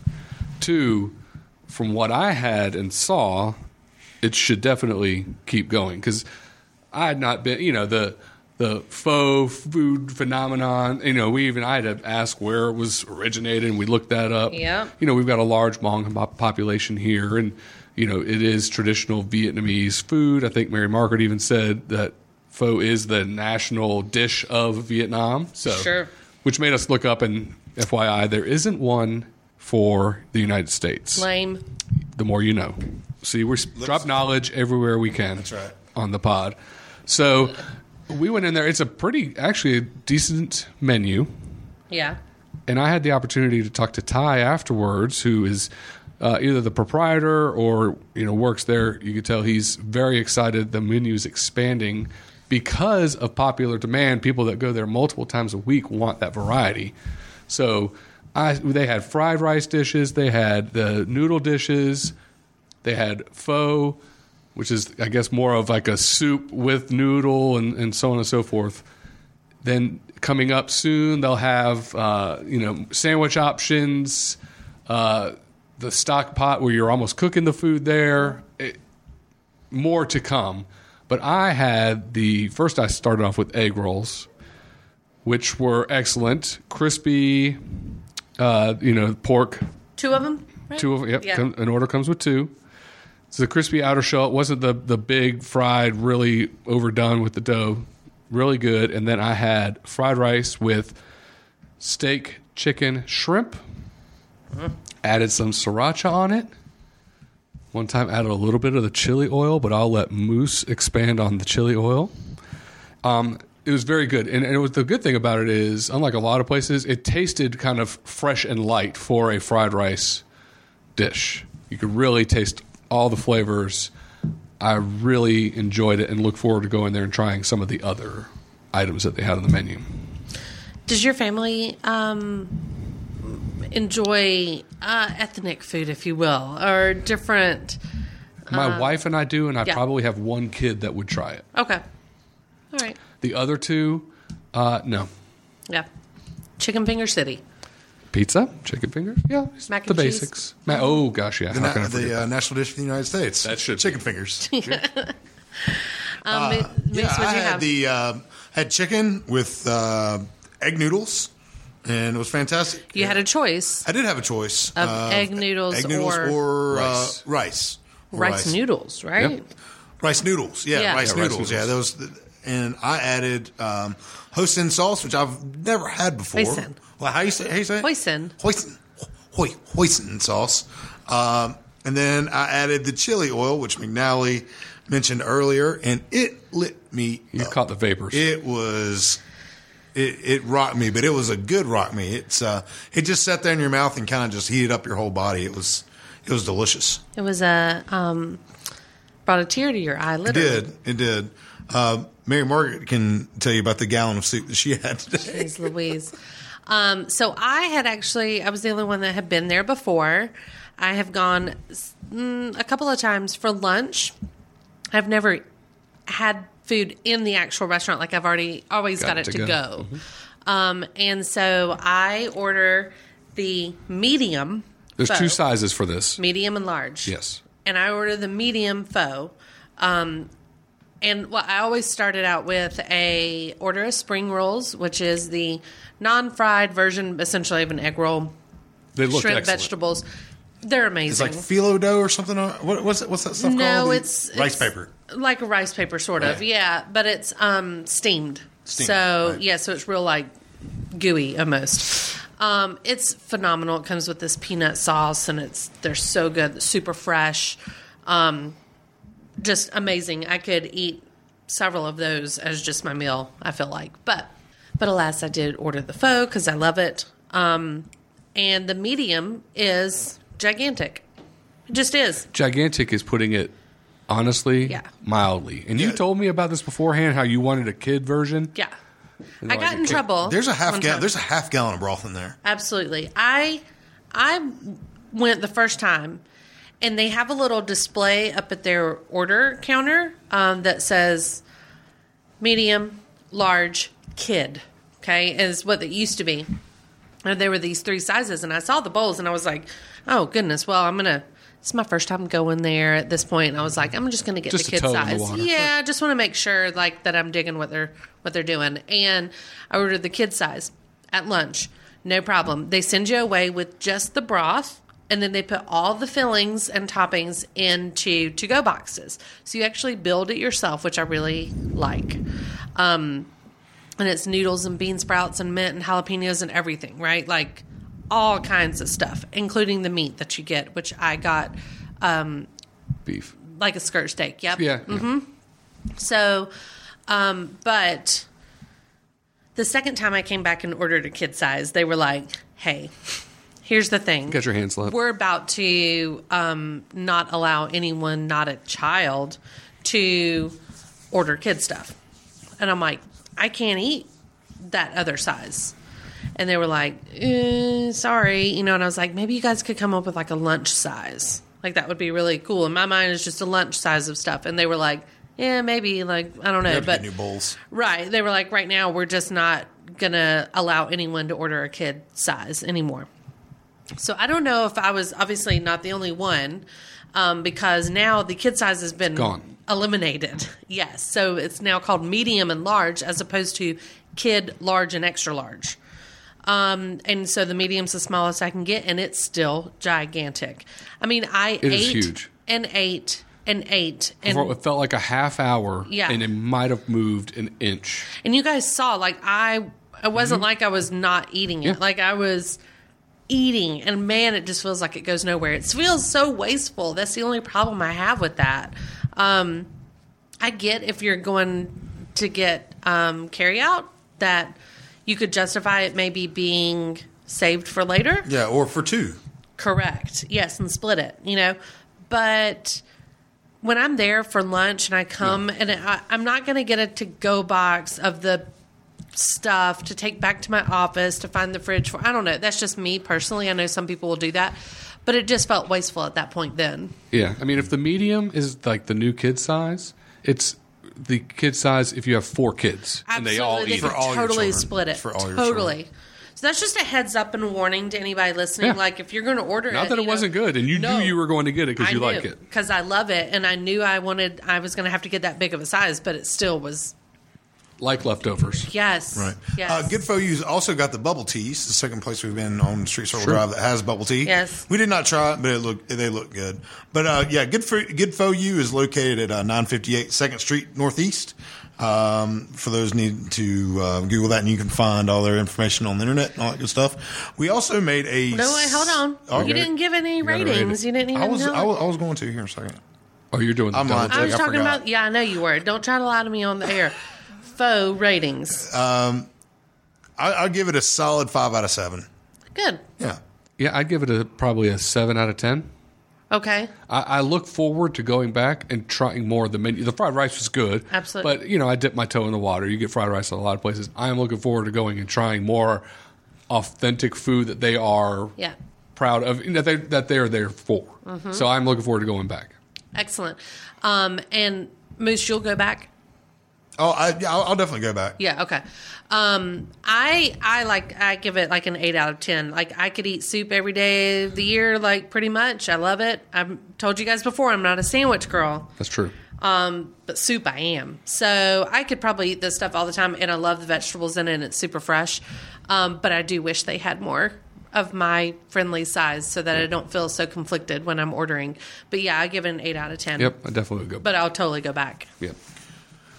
[SPEAKER 3] Two, from what I had and saw, it should definitely keep going because I had not been. You know the the faux food phenomenon. You know, we even I had to ask where it was originated, and we looked that up.
[SPEAKER 1] Yep.
[SPEAKER 3] You know, we've got a large Hmong pop- population here, and you know it is traditional Vietnamese food. I think Mary Margaret even said that pho is the national dish of Vietnam. So,
[SPEAKER 1] Sure.
[SPEAKER 3] which made us look up. And FYI, there isn't one for the United States.
[SPEAKER 1] lame
[SPEAKER 3] The more you know. See, we drop knowledge everywhere we can. That's
[SPEAKER 4] right.
[SPEAKER 3] On the pod. So we went in there. It's a pretty, actually, a decent menu.
[SPEAKER 1] yeah
[SPEAKER 3] And I had the opportunity to talk to Ty afterwards, who is uh, either the proprietor or you know works there. You could tell he's very excited. The menu's expanding because of popular demand. People that go there multiple times a week want that variety. So I, they had fried rice dishes. They had the noodle dishes. They had pho, which is I guess more of like a soup with noodle and, and so on and so forth. Then coming up soon, they'll have uh, you know sandwich options, uh, the stock pot where you're almost cooking the food there. It, more to come, but I had the first. I started off with egg rolls, which were excellent, crispy. Uh, you know, pork
[SPEAKER 1] two of them right?
[SPEAKER 3] Two of yep.
[SPEAKER 1] Yeah.
[SPEAKER 3] Come, an order comes with two. It's the crispy outer shell. It wasn't the the big fried, really overdone with the dough. Really good. And then I had fried rice with steak, chicken, shrimp.
[SPEAKER 1] Mm-hmm.
[SPEAKER 3] Added some sriracha on it. One time added a little bit of the chili oil, but I'll let Moose expand on the chili oil. Um, it was very good, and, and it was the good thing about it is, unlike a lot of places, it tasted kind of fresh and light for a fried rice dish. You could really taste all the flavors. I really enjoyed it and look forward to going there and trying some of the other items that they had on the menu.
[SPEAKER 1] does your family um enjoy uh ethnic food if you will or different
[SPEAKER 3] My wife and I do, and I
[SPEAKER 1] Um, yeah.
[SPEAKER 3] probably have one kid that would try it.
[SPEAKER 1] okay all right
[SPEAKER 3] The other two, uh, no.
[SPEAKER 1] yeah chicken finger city
[SPEAKER 3] Pizza, chicken fingers, yeah,
[SPEAKER 1] Mac
[SPEAKER 3] the
[SPEAKER 1] and cheese.
[SPEAKER 3] basics. Ma- oh gosh, yeah, how can I forget
[SPEAKER 4] the uh, national dish of the United States.
[SPEAKER 3] That should be.
[SPEAKER 4] chicken fingers.
[SPEAKER 3] Ah.
[SPEAKER 1] um Moose,
[SPEAKER 4] Yeah,
[SPEAKER 1] what'd you
[SPEAKER 4] I had
[SPEAKER 1] have?
[SPEAKER 4] the uh, had chicken with uh, egg noodles, and it was fantastic.
[SPEAKER 1] you had a choice
[SPEAKER 4] I did have a choice
[SPEAKER 1] Of egg noodles
[SPEAKER 4] egg noodles
[SPEAKER 1] or-
[SPEAKER 4] or,
[SPEAKER 3] Rice.
[SPEAKER 4] rice. Uh, rice, Or
[SPEAKER 1] rice, noodles right
[SPEAKER 3] Yep.
[SPEAKER 4] rice noodles. Yeah,
[SPEAKER 1] Yeah.
[SPEAKER 4] rice
[SPEAKER 3] Yeah, rice
[SPEAKER 4] noodles.
[SPEAKER 3] noodles.
[SPEAKER 4] Yeah, those. And I added um, hoisin sauce, which I've never had before.
[SPEAKER 1] Hoisin.
[SPEAKER 4] Well, how you say? How you say? it?
[SPEAKER 1] Hoisin.
[SPEAKER 4] Hoisin. Hoi, hoisin sauce. Um, and then I added the chili oil, which McNally mentioned earlier, and it lit me
[SPEAKER 3] You
[SPEAKER 4] up.
[SPEAKER 3] caught the vapors.
[SPEAKER 4] It was it, it rocked me, but it was a good rock me. It's uh, it just sat there in your mouth and kind of just heated up your whole body. It was it was delicious.
[SPEAKER 1] It was a um, brought a tear to your eye.
[SPEAKER 4] It
[SPEAKER 1] Literally,
[SPEAKER 4] did it did. Uh, Mary Margaret can tell you about the gallon of soup that she had today.
[SPEAKER 1] Jeez Louise. Um, so I had actually, I was the only one that had been there before. I have gone mm, a couple of times for lunch. I've never had food in the actual restaurant. Like I've already always got, it to go. Um, and so I order the medium.
[SPEAKER 3] There's
[SPEAKER 1] pho,
[SPEAKER 3] two sizes for this.
[SPEAKER 1] medium and large.
[SPEAKER 3] Yes.
[SPEAKER 1] and I ordered the medium pho. Um, and well, I always started out with a order of spring rolls, which is the non-fried version, essentially of an egg roll,
[SPEAKER 3] They look
[SPEAKER 1] shrimp,
[SPEAKER 3] excellent.
[SPEAKER 1] vegetables. They're
[SPEAKER 4] It's
[SPEAKER 1] amazing.
[SPEAKER 4] like phyllo dough or something. on- What, what's that, what's that stuff called?
[SPEAKER 1] no,
[SPEAKER 4] The
[SPEAKER 1] it's
[SPEAKER 4] rice
[SPEAKER 1] it's
[SPEAKER 4] paper.
[SPEAKER 1] like a rice paper, sort of.
[SPEAKER 4] Right.
[SPEAKER 1] Yeah, but it's um, steamed.
[SPEAKER 4] Steamed,
[SPEAKER 1] So
[SPEAKER 4] right.
[SPEAKER 1] yeah, so it's real like gooey almost. Um, it's phenomenal. It comes with this peanut sauce, and it's they're so good, super fresh, um, just amazing. I could eat several of those as just my meal. I feel like, but but alas, I did order the pho because I love it. Um, and the medium is gigantic. It just is.
[SPEAKER 3] Gigantic is putting it honestly,
[SPEAKER 1] Yeah.
[SPEAKER 3] mildly. And you told me about this beforehand how you wanted a kid version.
[SPEAKER 1] Yeah.
[SPEAKER 3] And
[SPEAKER 1] I
[SPEAKER 3] like
[SPEAKER 1] got
[SPEAKER 3] a
[SPEAKER 1] in
[SPEAKER 3] cake-
[SPEAKER 1] trouble.
[SPEAKER 4] There's a
[SPEAKER 1] one
[SPEAKER 4] half gallon.
[SPEAKER 1] time.
[SPEAKER 4] There's a half gallon of broth in there.
[SPEAKER 1] Absolutely. I I went the first time, and they have a little display up at their order counter um, that says medium, large, kid. Okay, is what it used to be. And there were these three sizes, and I saw the bowls, and I was like, "Oh goodness!" Well, I'm gonna. It's my first time going there at this point, and I was like, "I'm just gonna get
[SPEAKER 3] Just
[SPEAKER 1] the
[SPEAKER 3] a
[SPEAKER 1] kid
[SPEAKER 3] toe in the
[SPEAKER 1] size."
[SPEAKER 3] water.
[SPEAKER 1] Yeah, I just want to make sure like that I'm digging what they're what they're doing. And I ordered the kid size at lunch. No problem. They send you away with just the broth and then they put all the fillings and toppings into to go boxes. So you actually build it yourself, which I really like. Um and it's noodles and bean sprouts and mint and jalapenos and everything, right? Like all kinds of stuff, including the meat that you get, which I got um,
[SPEAKER 3] Beef.
[SPEAKER 1] like a skirt steak. Yep.
[SPEAKER 3] Yeah.
[SPEAKER 1] So, um, but the second time I came back and ordered a kid size, they were like, "Hey, here's the thing.
[SPEAKER 3] Got your hand slapped.
[SPEAKER 1] We're about to um, not allow anyone, not a child, to order kid stuff." And I'm like, "I can't eat that other size." And they were like, eh, sorry, you know, and I was like, maybe you guys could come up with like a lunch size. Like that would be really cool. In my mind, it's just a lunch size of stuff. And they were like, yeah, maybe, like, I don't
[SPEAKER 4] You
[SPEAKER 1] know.
[SPEAKER 4] have to get
[SPEAKER 1] But
[SPEAKER 4] new bowls.
[SPEAKER 1] Right. They were like, right now, we're just not going to allow anyone to order a kid size anymore. So I don't know if I was obviously not the only one um, because now the kid size has been
[SPEAKER 3] gone.
[SPEAKER 1] eliminated. Yes. So it's now called medium and large as opposed to kid, large, and extra large. Um, and so the medium's the smallest I can get, and it's still gigantic. I mean, I
[SPEAKER 3] It
[SPEAKER 1] ate
[SPEAKER 3] is huge.
[SPEAKER 1] and ate and ate and
[SPEAKER 3] For- it felt like a half hour,
[SPEAKER 1] Yeah.
[SPEAKER 3] and it might have moved an inch.
[SPEAKER 1] and you guys saw like i it wasn't like i was not eating it
[SPEAKER 3] Yeah.
[SPEAKER 1] like i was eating and man it just feels like it goes nowhere it feels so wasteful that's the only problem i have with that um i get if you're going to get um carry out that you could justify it maybe being saved for later
[SPEAKER 4] Yeah, or for two.
[SPEAKER 1] Correct. Yes, and split it, you know. But when I'm there for lunch and I come and I, I'm not going to get a to go box of the stuff to take back to my office to find the fridge for, I don't know. That's just me personally. I know some people will do that, but it just felt wasteful at that point then.
[SPEAKER 3] Yeah. I mean, if the medium is like the new kid size, it's the kid size if you have four kids and they all
[SPEAKER 1] Absolutely,
[SPEAKER 3] eat
[SPEAKER 1] could
[SPEAKER 3] it.
[SPEAKER 4] For all your
[SPEAKER 1] totally
[SPEAKER 4] children.
[SPEAKER 1] split it.
[SPEAKER 4] For all your
[SPEAKER 1] totally. So that's just a heads up and warning to anybody listening.
[SPEAKER 3] Yeah.
[SPEAKER 1] Like if you're going to order,
[SPEAKER 3] Not that
[SPEAKER 1] you
[SPEAKER 3] it
[SPEAKER 1] know-
[SPEAKER 3] wasn't good, and you
[SPEAKER 1] No.
[SPEAKER 3] knew you were going to get it because you like it.
[SPEAKER 1] because I love it, and I knew I wanted. I was going to have to get that big of a size, but it still was
[SPEAKER 3] Like leftovers.
[SPEAKER 1] yes,
[SPEAKER 4] Right.
[SPEAKER 1] Yes.
[SPEAKER 4] Uh, Good for You's also got the bubble teas, the second place we've been on Street Circle
[SPEAKER 3] Sure.
[SPEAKER 4] Drive that has bubble tea.
[SPEAKER 1] Yes.
[SPEAKER 4] We did not try it, but it looked they look good. But uh, yeah, Good for Good for You is located at uh, 958 2nd Street Northeast. Um, for those need to uh, Google that, and you can find all their information on the internet and all that good stuff. We also made a
[SPEAKER 1] no, wait, hold on.
[SPEAKER 4] Oh,
[SPEAKER 1] you didn't give any
[SPEAKER 3] gotta rate it.
[SPEAKER 1] ratings. You didn't even
[SPEAKER 4] I was,
[SPEAKER 1] know.
[SPEAKER 4] I was I was going to here in a second.
[SPEAKER 3] Oh, you're doing.
[SPEAKER 4] I'm
[SPEAKER 3] the double
[SPEAKER 4] on.
[SPEAKER 3] dip.
[SPEAKER 1] I was
[SPEAKER 4] I
[SPEAKER 1] talking
[SPEAKER 4] forgot. Uh,
[SPEAKER 1] about. Yeah, I know you were. Don't try to lie to me on the air. Faux ratings.
[SPEAKER 4] I, I'll give it a solid five out of seven.
[SPEAKER 1] Good.
[SPEAKER 4] Yeah.
[SPEAKER 3] Yeah, I'd give it a probably a seven out of ten.
[SPEAKER 1] Okay.
[SPEAKER 3] I, I look forward to going back and trying more of the menu. The fried rice was good,
[SPEAKER 1] Absolutely.
[SPEAKER 3] But you know, I dip my toe in the water. You get fried rice at a lot of places. I am looking forward to going and trying more authentic food that they are
[SPEAKER 1] Yeah. Mm-hmm.
[SPEAKER 3] proud of that they that they are there for. So I'm looking forward to going back.
[SPEAKER 1] Excellent. Um, and Moose, you'll go back.
[SPEAKER 4] Oh, I, yeah, I'll, I'll definitely go back.
[SPEAKER 1] Yeah. Okay. Um, I I like I give it like an eight out of ten. Like I could eat soup every day of the year. Like pretty much, I love it. I've told you guys before, I'm not a sandwich girl. Um,
[SPEAKER 3] That's true.
[SPEAKER 1] Uh, but soup I am. So I could probably eat this stuff all the time, and I love the vegetables in it, and it's super fresh. Um, but I do wish they had more of my friendly size so that I don't feel so conflicted when I'm ordering. But yeah, I give it an 8 out of 10.
[SPEAKER 3] Yep, I definitely would go.
[SPEAKER 1] But
[SPEAKER 3] Back.
[SPEAKER 1] I'll totally go back.
[SPEAKER 3] Yep.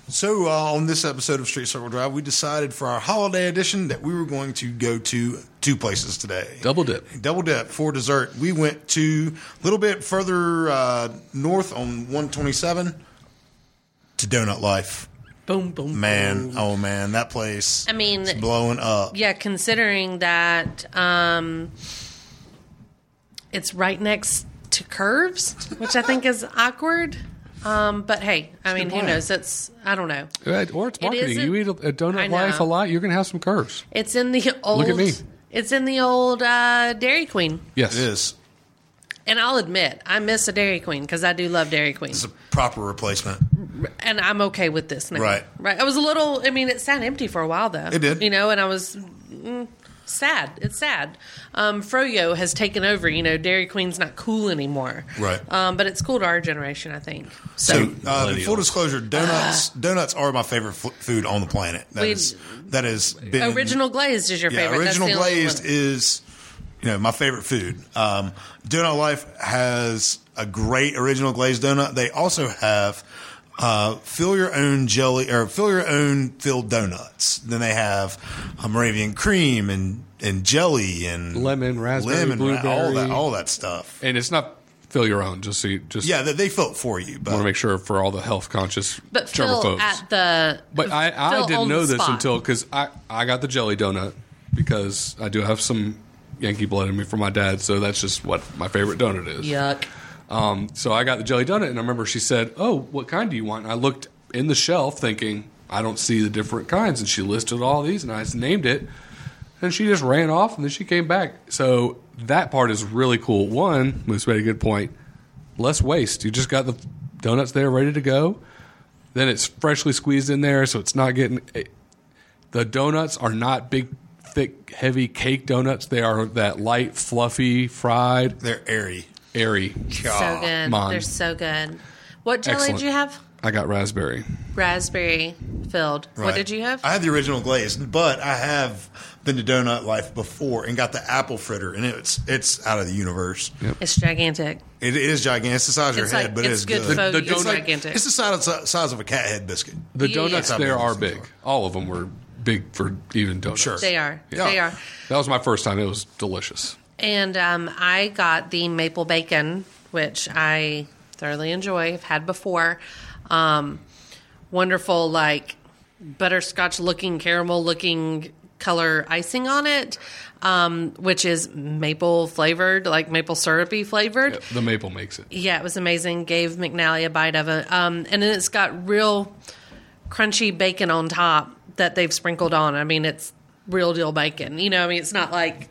[SPEAKER 4] So, uh, on this episode of Street Circle Drive, we decided for our holiday edition that we were going to go to two places today.
[SPEAKER 3] Double dip.
[SPEAKER 4] Double dip for dessert. We went to a little bit further uh, north on 127 to Donut Life.
[SPEAKER 1] Boom, boom.
[SPEAKER 4] Man, oh man, that place.
[SPEAKER 1] I mean-
[SPEAKER 4] it's blowing up.
[SPEAKER 1] Yeah, considering that um, it's right next to curves, which I think is awkward. Um, but hey, I mean, who
[SPEAKER 4] plan.
[SPEAKER 1] knows? It's, I don't don't know.
[SPEAKER 3] Right, Or it's
[SPEAKER 1] It
[SPEAKER 3] marketing.
[SPEAKER 1] isn't-
[SPEAKER 3] you eat a, a
[SPEAKER 1] I
[SPEAKER 3] donut
[SPEAKER 1] know.
[SPEAKER 3] life a lot. You're going to have some curves.
[SPEAKER 1] It's in the old.
[SPEAKER 3] me.
[SPEAKER 1] It's in the old uh, Dairy Queen,
[SPEAKER 3] Yes.
[SPEAKER 4] It is.
[SPEAKER 1] and I'll admit I miss a Dairy Queen because I do love Dairy Queen,
[SPEAKER 4] It's a proper replacement.
[SPEAKER 1] and I'm okay with this now.
[SPEAKER 4] Right.
[SPEAKER 1] right. I was a little. I mean, it sat empty for a while though.
[SPEAKER 4] It did.
[SPEAKER 1] you know, and I was. mm, Sad. It's sad. Um, Froyo has taken over. You know, Dairy Queen's not cool anymore.
[SPEAKER 4] Right.
[SPEAKER 1] Um, but it's cool to our generation, I think. So, Ah.
[SPEAKER 4] So, uh, in full disclosure, donuts donuts are my favorite f- food on the planet. That
[SPEAKER 1] We-
[SPEAKER 4] is that has been
[SPEAKER 1] original glazed is your
[SPEAKER 4] Yeah,
[SPEAKER 1] favorite. That's
[SPEAKER 4] original
[SPEAKER 1] the only
[SPEAKER 4] glazed
[SPEAKER 1] one.
[SPEAKER 4] is you know my favorite food. Um, donut Life has a great original glazed donut. They also have uh, fill your own jelly or fill your own filled donuts. Then they have uh, Moravian cream and and jelly and
[SPEAKER 3] Lemon, raspberry,
[SPEAKER 4] ra- all that
[SPEAKER 3] blueberry.
[SPEAKER 4] all that stuff.
[SPEAKER 3] And it's not fill your own. Just so you, just
[SPEAKER 4] Yeah, they, they fill it for you,
[SPEAKER 3] want to
[SPEAKER 4] but
[SPEAKER 3] make sure for all the health conscious
[SPEAKER 1] but
[SPEAKER 3] germaphobes.
[SPEAKER 1] Phil at the.
[SPEAKER 3] But I, I
[SPEAKER 1] Phil on
[SPEAKER 3] didn't know
[SPEAKER 1] the
[SPEAKER 3] this
[SPEAKER 1] spot.
[SPEAKER 3] until because I, I got the jelly donut because I do have some Yankee blood in me from my dad, so that's just what my favorite donut is.
[SPEAKER 1] Yuck.
[SPEAKER 3] Um, so I got the jelly donut, and I remember she said, "Oh, what kind do you want?" And I looked in the shelf, thinking I don't see the different kinds, and she listed all these, and I just named it, and she just ran off, and then she came back. So that part is really cool. One, Moose made a good point. Less waste. You just got the donuts there, ready to go. Then it's freshly squeezed in there, so it's not getting. It, the donuts are not big, thick, heavy cake donuts. They are that light, fluffy, fried,
[SPEAKER 4] they're airy.
[SPEAKER 3] airy.
[SPEAKER 4] Ah,
[SPEAKER 1] So good.
[SPEAKER 3] Mon.
[SPEAKER 1] They're so good. What jelly
[SPEAKER 3] Excellent.
[SPEAKER 1] did you have?
[SPEAKER 3] I got raspberry.
[SPEAKER 1] Raspberry filled. What
[SPEAKER 4] Right.
[SPEAKER 1] did you have?
[SPEAKER 4] I had the original glazed, but I have been to Donut Life before and got the apple fritter, and it's it's out of the universe.
[SPEAKER 1] it's gigantic.
[SPEAKER 4] It is gigantic. It's the size of your
[SPEAKER 1] It's
[SPEAKER 4] head,
[SPEAKER 1] like
[SPEAKER 4] but
[SPEAKER 1] it's
[SPEAKER 4] it's
[SPEAKER 1] good,
[SPEAKER 4] good.
[SPEAKER 1] for
[SPEAKER 3] The-
[SPEAKER 1] you.
[SPEAKER 3] the
[SPEAKER 1] It's
[SPEAKER 3] donut-
[SPEAKER 1] gigantic.
[SPEAKER 4] It's the size of, size of a cat head biscuit.
[SPEAKER 3] The
[SPEAKER 1] Yeah,
[SPEAKER 3] donuts
[SPEAKER 1] yeah.
[SPEAKER 3] there are big. All of them were big for even donuts.
[SPEAKER 4] Sure.
[SPEAKER 1] they are.
[SPEAKER 4] Yeah.
[SPEAKER 1] They are.
[SPEAKER 3] That was my first time. It was delicious.
[SPEAKER 1] And um, I got the maple bacon, which I thoroughly enjoy. I've had before. Um, wonderful, like butterscotch looking, caramel looking color icing on it, um, which is maple flavored, like maple syrupy flavored.
[SPEAKER 3] The maple makes it.
[SPEAKER 1] Yeah, it was amazing. Gave McNally a bite of it. Um, and then it's got real crunchy bacon on top that they've sprinkled on. I mean, it's real deal bacon. You know, I mean, it's not like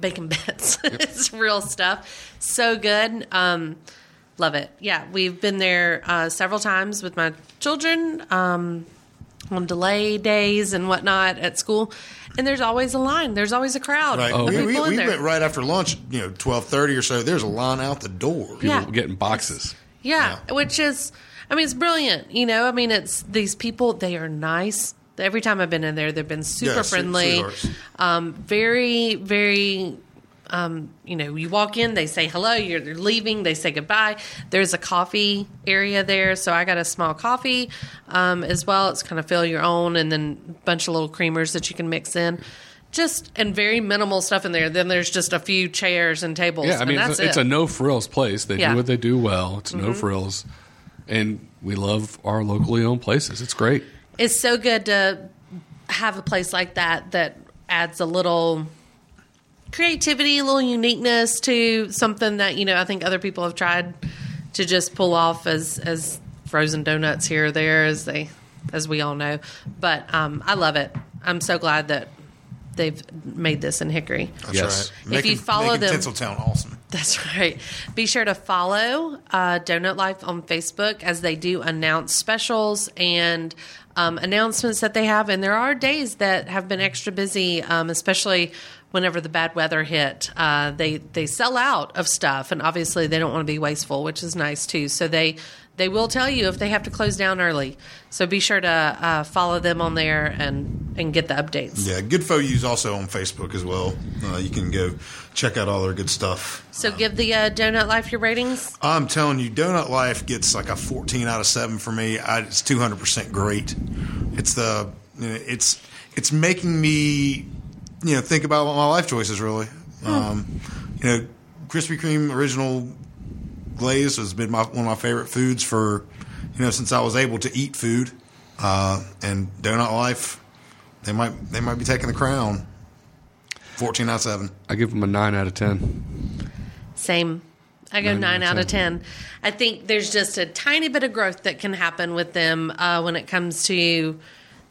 [SPEAKER 1] bacon bits, it's real stuff. So good. Um, love it. Yeah, we've been there uh, several times with my children um, on delay days and whatnot at school. And there's always a line, there's always a crowd.
[SPEAKER 4] Right.
[SPEAKER 1] of
[SPEAKER 4] we we,
[SPEAKER 1] people in
[SPEAKER 4] we
[SPEAKER 1] there.
[SPEAKER 4] went right after lunch, you know, twelve thirty or so. There's a line out the door.
[SPEAKER 1] Yeah.
[SPEAKER 3] People Getting boxes.
[SPEAKER 1] Yeah,
[SPEAKER 4] Yeah.
[SPEAKER 1] which is, I mean, it's brilliant. You know, I mean, it's these people. They are nice. Every time I've been in there, they've been super
[SPEAKER 4] Yeah, sweet-
[SPEAKER 1] friendly.
[SPEAKER 4] sweethearts.
[SPEAKER 1] um, very, very. Um, you know, you walk in, they say hello. You're they're leaving, they say goodbye. There's a coffee area there, so I got a small coffee um, as well. It's kind of fill your own, and then a bunch of little creamers that you can mix in. Just and very minimal stuff in there. Then there's just a few chairs and tables.
[SPEAKER 3] Yeah, I mean,
[SPEAKER 1] and
[SPEAKER 3] it's,
[SPEAKER 1] that's
[SPEAKER 3] a, it's
[SPEAKER 1] it.
[SPEAKER 3] a no frills place. They
[SPEAKER 1] Yeah. Mm-hmm.
[SPEAKER 3] do what they do well. It's no frills. And we love our locally owned places. It's great.
[SPEAKER 1] it's so good to have a place like that that adds a little creativity, a little uniqueness to something that you know I think other people have tried to just pull off as as frozen donuts here or there, as they as we all know. But um, I love it. I'm so glad that they've made this in Hickory.
[SPEAKER 4] That's
[SPEAKER 3] Yes.
[SPEAKER 4] right. Making,
[SPEAKER 1] you follow
[SPEAKER 4] making
[SPEAKER 1] them-
[SPEAKER 4] Tinseltown awesome.
[SPEAKER 1] That's right. Be sure to follow uh, Donut Life on Facebook as they do announce specials and um, announcements that they have. And there are days that have been extra busy, um, especially whenever the bad weather hit. Uh, they they sell out of stuff, and obviously they don't want to be wasteful, which is nice too. So they they will tell you if they have to close down early. So be sure to uh, follow them on there and and get the updates.
[SPEAKER 4] Yeah, Good For You's also on Facebook as well. Uh, you can go check out all their good stuff.
[SPEAKER 1] So give the uh, Donut Life your ratings.
[SPEAKER 4] I'm telling you, Donut Life gets like a 14 out of seven for me. I, it's 200 percent great. It's the it's it's making me you know think about my life choices really. Um, you know, Krispy Kreme original glaze has been my, one of my favorite foods for you know since I was able to eat food. Uh, and Donut Life, they might they might be taking the crown. 14 out of seven.
[SPEAKER 3] I give them a nine out of ten.
[SPEAKER 1] Same. I go nine, out of 10. I think there's just a tiny bit of growth that can happen with them uh, when it comes to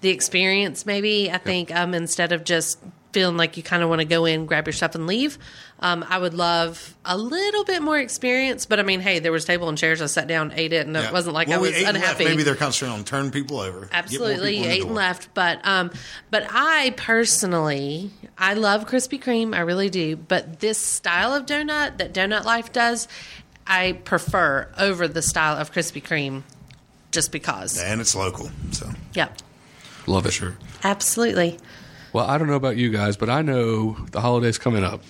[SPEAKER 1] the experience, maybe. I think um, instead of just feeling like you kind of want to go in, grab your stuff, and leave, um, I would love a little bit more experience. But I mean, hey, there was table and chairs. I sat down, ate it, and
[SPEAKER 4] Yeah.
[SPEAKER 1] it wasn't like
[SPEAKER 4] Well,
[SPEAKER 1] I
[SPEAKER 4] we
[SPEAKER 1] was
[SPEAKER 4] ate and left.
[SPEAKER 1] unhappy.
[SPEAKER 4] Maybe they're concentrating on turning people over. Get more
[SPEAKER 1] Absolutely, you
[SPEAKER 4] people in the
[SPEAKER 1] ate and
[SPEAKER 4] door.
[SPEAKER 1] left. But um, but I personally, I love Krispy Kreme. I really do. But this style of donut that Donut Life does, I prefer over the style of Krispy Kreme, just because.
[SPEAKER 4] and it's local. So
[SPEAKER 1] Yep,
[SPEAKER 3] Love it.
[SPEAKER 4] sure.
[SPEAKER 1] absolutely.
[SPEAKER 3] Well, I don't know about you guys, but I know the holidays coming up.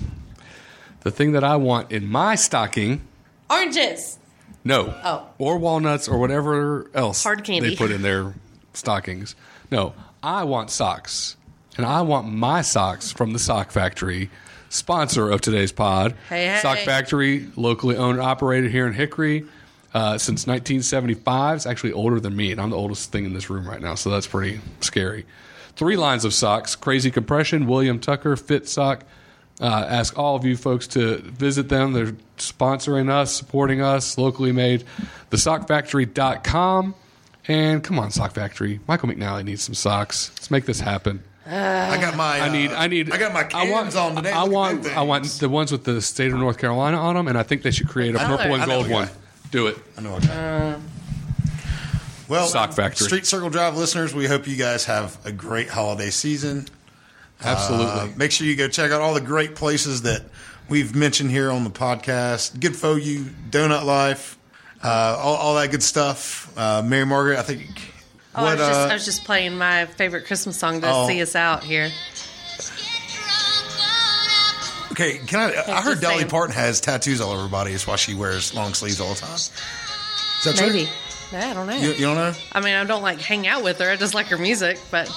[SPEAKER 3] The thing that I want in my stocking,
[SPEAKER 1] Oranges.
[SPEAKER 3] no,
[SPEAKER 1] Oh.
[SPEAKER 3] or walnuts or whatever else
[SPEAKER 1] Hard candy.
[SPEAKER 3] they put in their stockings. No, I want socks, and I want my socks from the Sock Factory, sponsor of today's pod.
[SPEAKER 1] Hey, hey.
[SPEAKER 3] Sock Factory, locally owned, and operated here in Hickory. Uh, since 1975, it's actually older than me, and I'm the oldest thing in this room right now, so that's pretty scary. Three lines of socks: Crazy Compression, William Tucker, Fit Sock. Uh, ask all of you folks to visit them. They're sponsoring us, supporting us, locally made. TheSockFactory.com. And come on, Sock Factory. Michael McNally needs some socks. Let's make this happen.
[SPEAKER 4] I got my.
[SPEAKER 3] I need.
[SPEAKER 4] uh,
[SPEAKER 3] I need.
[SPEAKER 4] I got my cans
[SPEAKER 3] I want,
[SPEAKER 4] on today.
[SPEAKER 3] I
[SPEAKER 4] Look at
[SPEAKER 3] want.
[SPEAKER 4] them
[SPEAKER 3] I want
[SPEAKER 4] things.
[SPEAKER 3] the ones with the state of North Carolina on them, and I think they should create a
[SPEAKER 1] Color.
[SPEAKER 3] purple
[SPEAKER 1] I
[SPEAKER 3] and
[SPEAKER 4] know
[SPEAKER 3] gold
[SPEAKER 4] we got
[SPEAKER 3] one.
[SPEAKER 4] it.
[SPEAKER 3] Do it.
[SPEAKER 4] I know. I got.
[SPEAKER 1] Uh.
[SPEAKER 4] well,
[SPEAKER 3] Sock Factory.
[SPEAKER 4] Street Circle Drive listeners, we hope you guys have a great holiday season. Uh,
[SPEAKER 3] Absolutely.
[SPEAKER 4] make sure you go check out all the great places that we've mentioned here on the podcast. Good for you, Donut Life, uh, all, all that good stuff. Uh, Mary Margaret, I think. uh,
[SPEAKER 1] Oh, I, was just, I was just playing my favorite Christmas song to
[SPEAKER 4] Oh.
[SPEAKER 1] see us out here.
[SPEAKER 4] Okay, can I? I
[SPEAKER 1] just
[SPEAKER 4] heard Dolly
[SPEAKER 1] saying.
[SPEAKER 4] Parton has tattoos all over her body. It's why she wears long sleeves all the time. Is that true?
[SPEAKER 1] Maybe. Yeah, I don't know.
[SPEAKER 4] You, you don't know?
[SPEAKER 1] I mean, I don't like hang out with her. I just like her music, but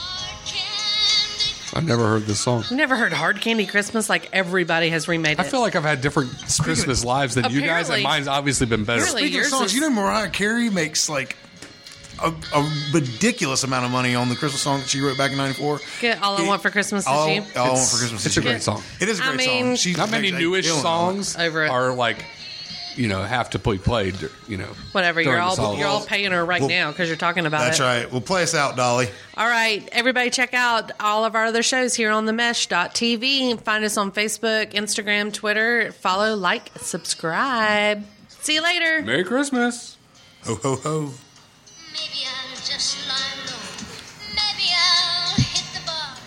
[SPEAKER 3] I've never heard this song.
[SPEAKER 1] I've never heard Hard Candy Christmas like everybody has remade it.
[SPEAKER 3] I feel like I've had different Christmas lives than you guys, and
[SPEAKER 1] Apparently-
[SPEAKER 3] mine's obviously been better.
[SPEAKER 1] Really?
[SPEAKER 4] Speaking of
[SPEAKER 1] yours
[SPEAKER 4] songs,
[SPEAKER 1] is-
[SPEAKER 4] you know Mariah Carey makes like a, a ridiculous amount of money on the Christmas song that she wrote back in '94.
[SPEAKER 1] Get All I Want for Christmas Is
[SPEAKER 4] all,
[SPEAKER 1] You.
[SPEAKER 4] All I want
[SPEAKER 3] It's-
[SPEAKER 4] for Christmas
[SPEAKER 3] it's
[SPEAKER 4] is
[SPEAKER 3] a
[SPEAKER 4] You.
[SPEAKER 3] great song.
[SPEAKER 4] It is a
[SPEAKER 1] I
[SPEAKER 4] great song.
[SPEAKER 1] mean-
[SPEAKER 4] She
[SPEAKER 3] Not many
[SPEAKER 4] makes a
[SPEAKER 3] newish
[SPEAKER 4] killing on
[SPEAKER 3] songs
[SPEAKER 1] Over it.
[SPEAKER 3] are like, you know, have to be played. You know,
[SPEAKER 1] Whatever,
[SPEAKER 3] during
[SPEAKER 1] you're
[SPEAKER 3] the
[SPEAKER 1] all
[SPEAKER 3] solid-
[SPEAKER 1] you're all paying her right now
[SPEAKER 4] Well,
[SPEAKER 1] now because you're talking
[SPEAKER 4] it.
[SPEAKER 1] about
[SPEAKER 4] That's
[SPEAKER 1] it.
[SPEAKER 4] right. Well, play us out, Dolly.
[SPEAKER 1] All right, everybody, check out all of our other shows here on the Mesh.tv. Find us on Facebook, Instagram, Twitter. Follow, like, subscribe. See you later.
[SPEAKER 3] Merry Christmas.
[SPEAKER 4] Ho ho ho.
[SPEAKER 5] Maybe I'll just lie low. Maybe I'll hit the bars.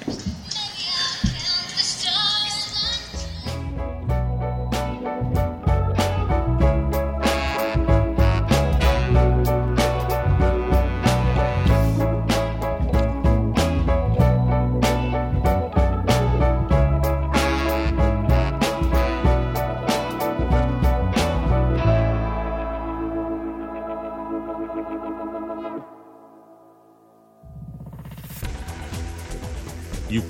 [SPEAKER 5] Maybe I'll count the stars.
[SPEAKER 2] You've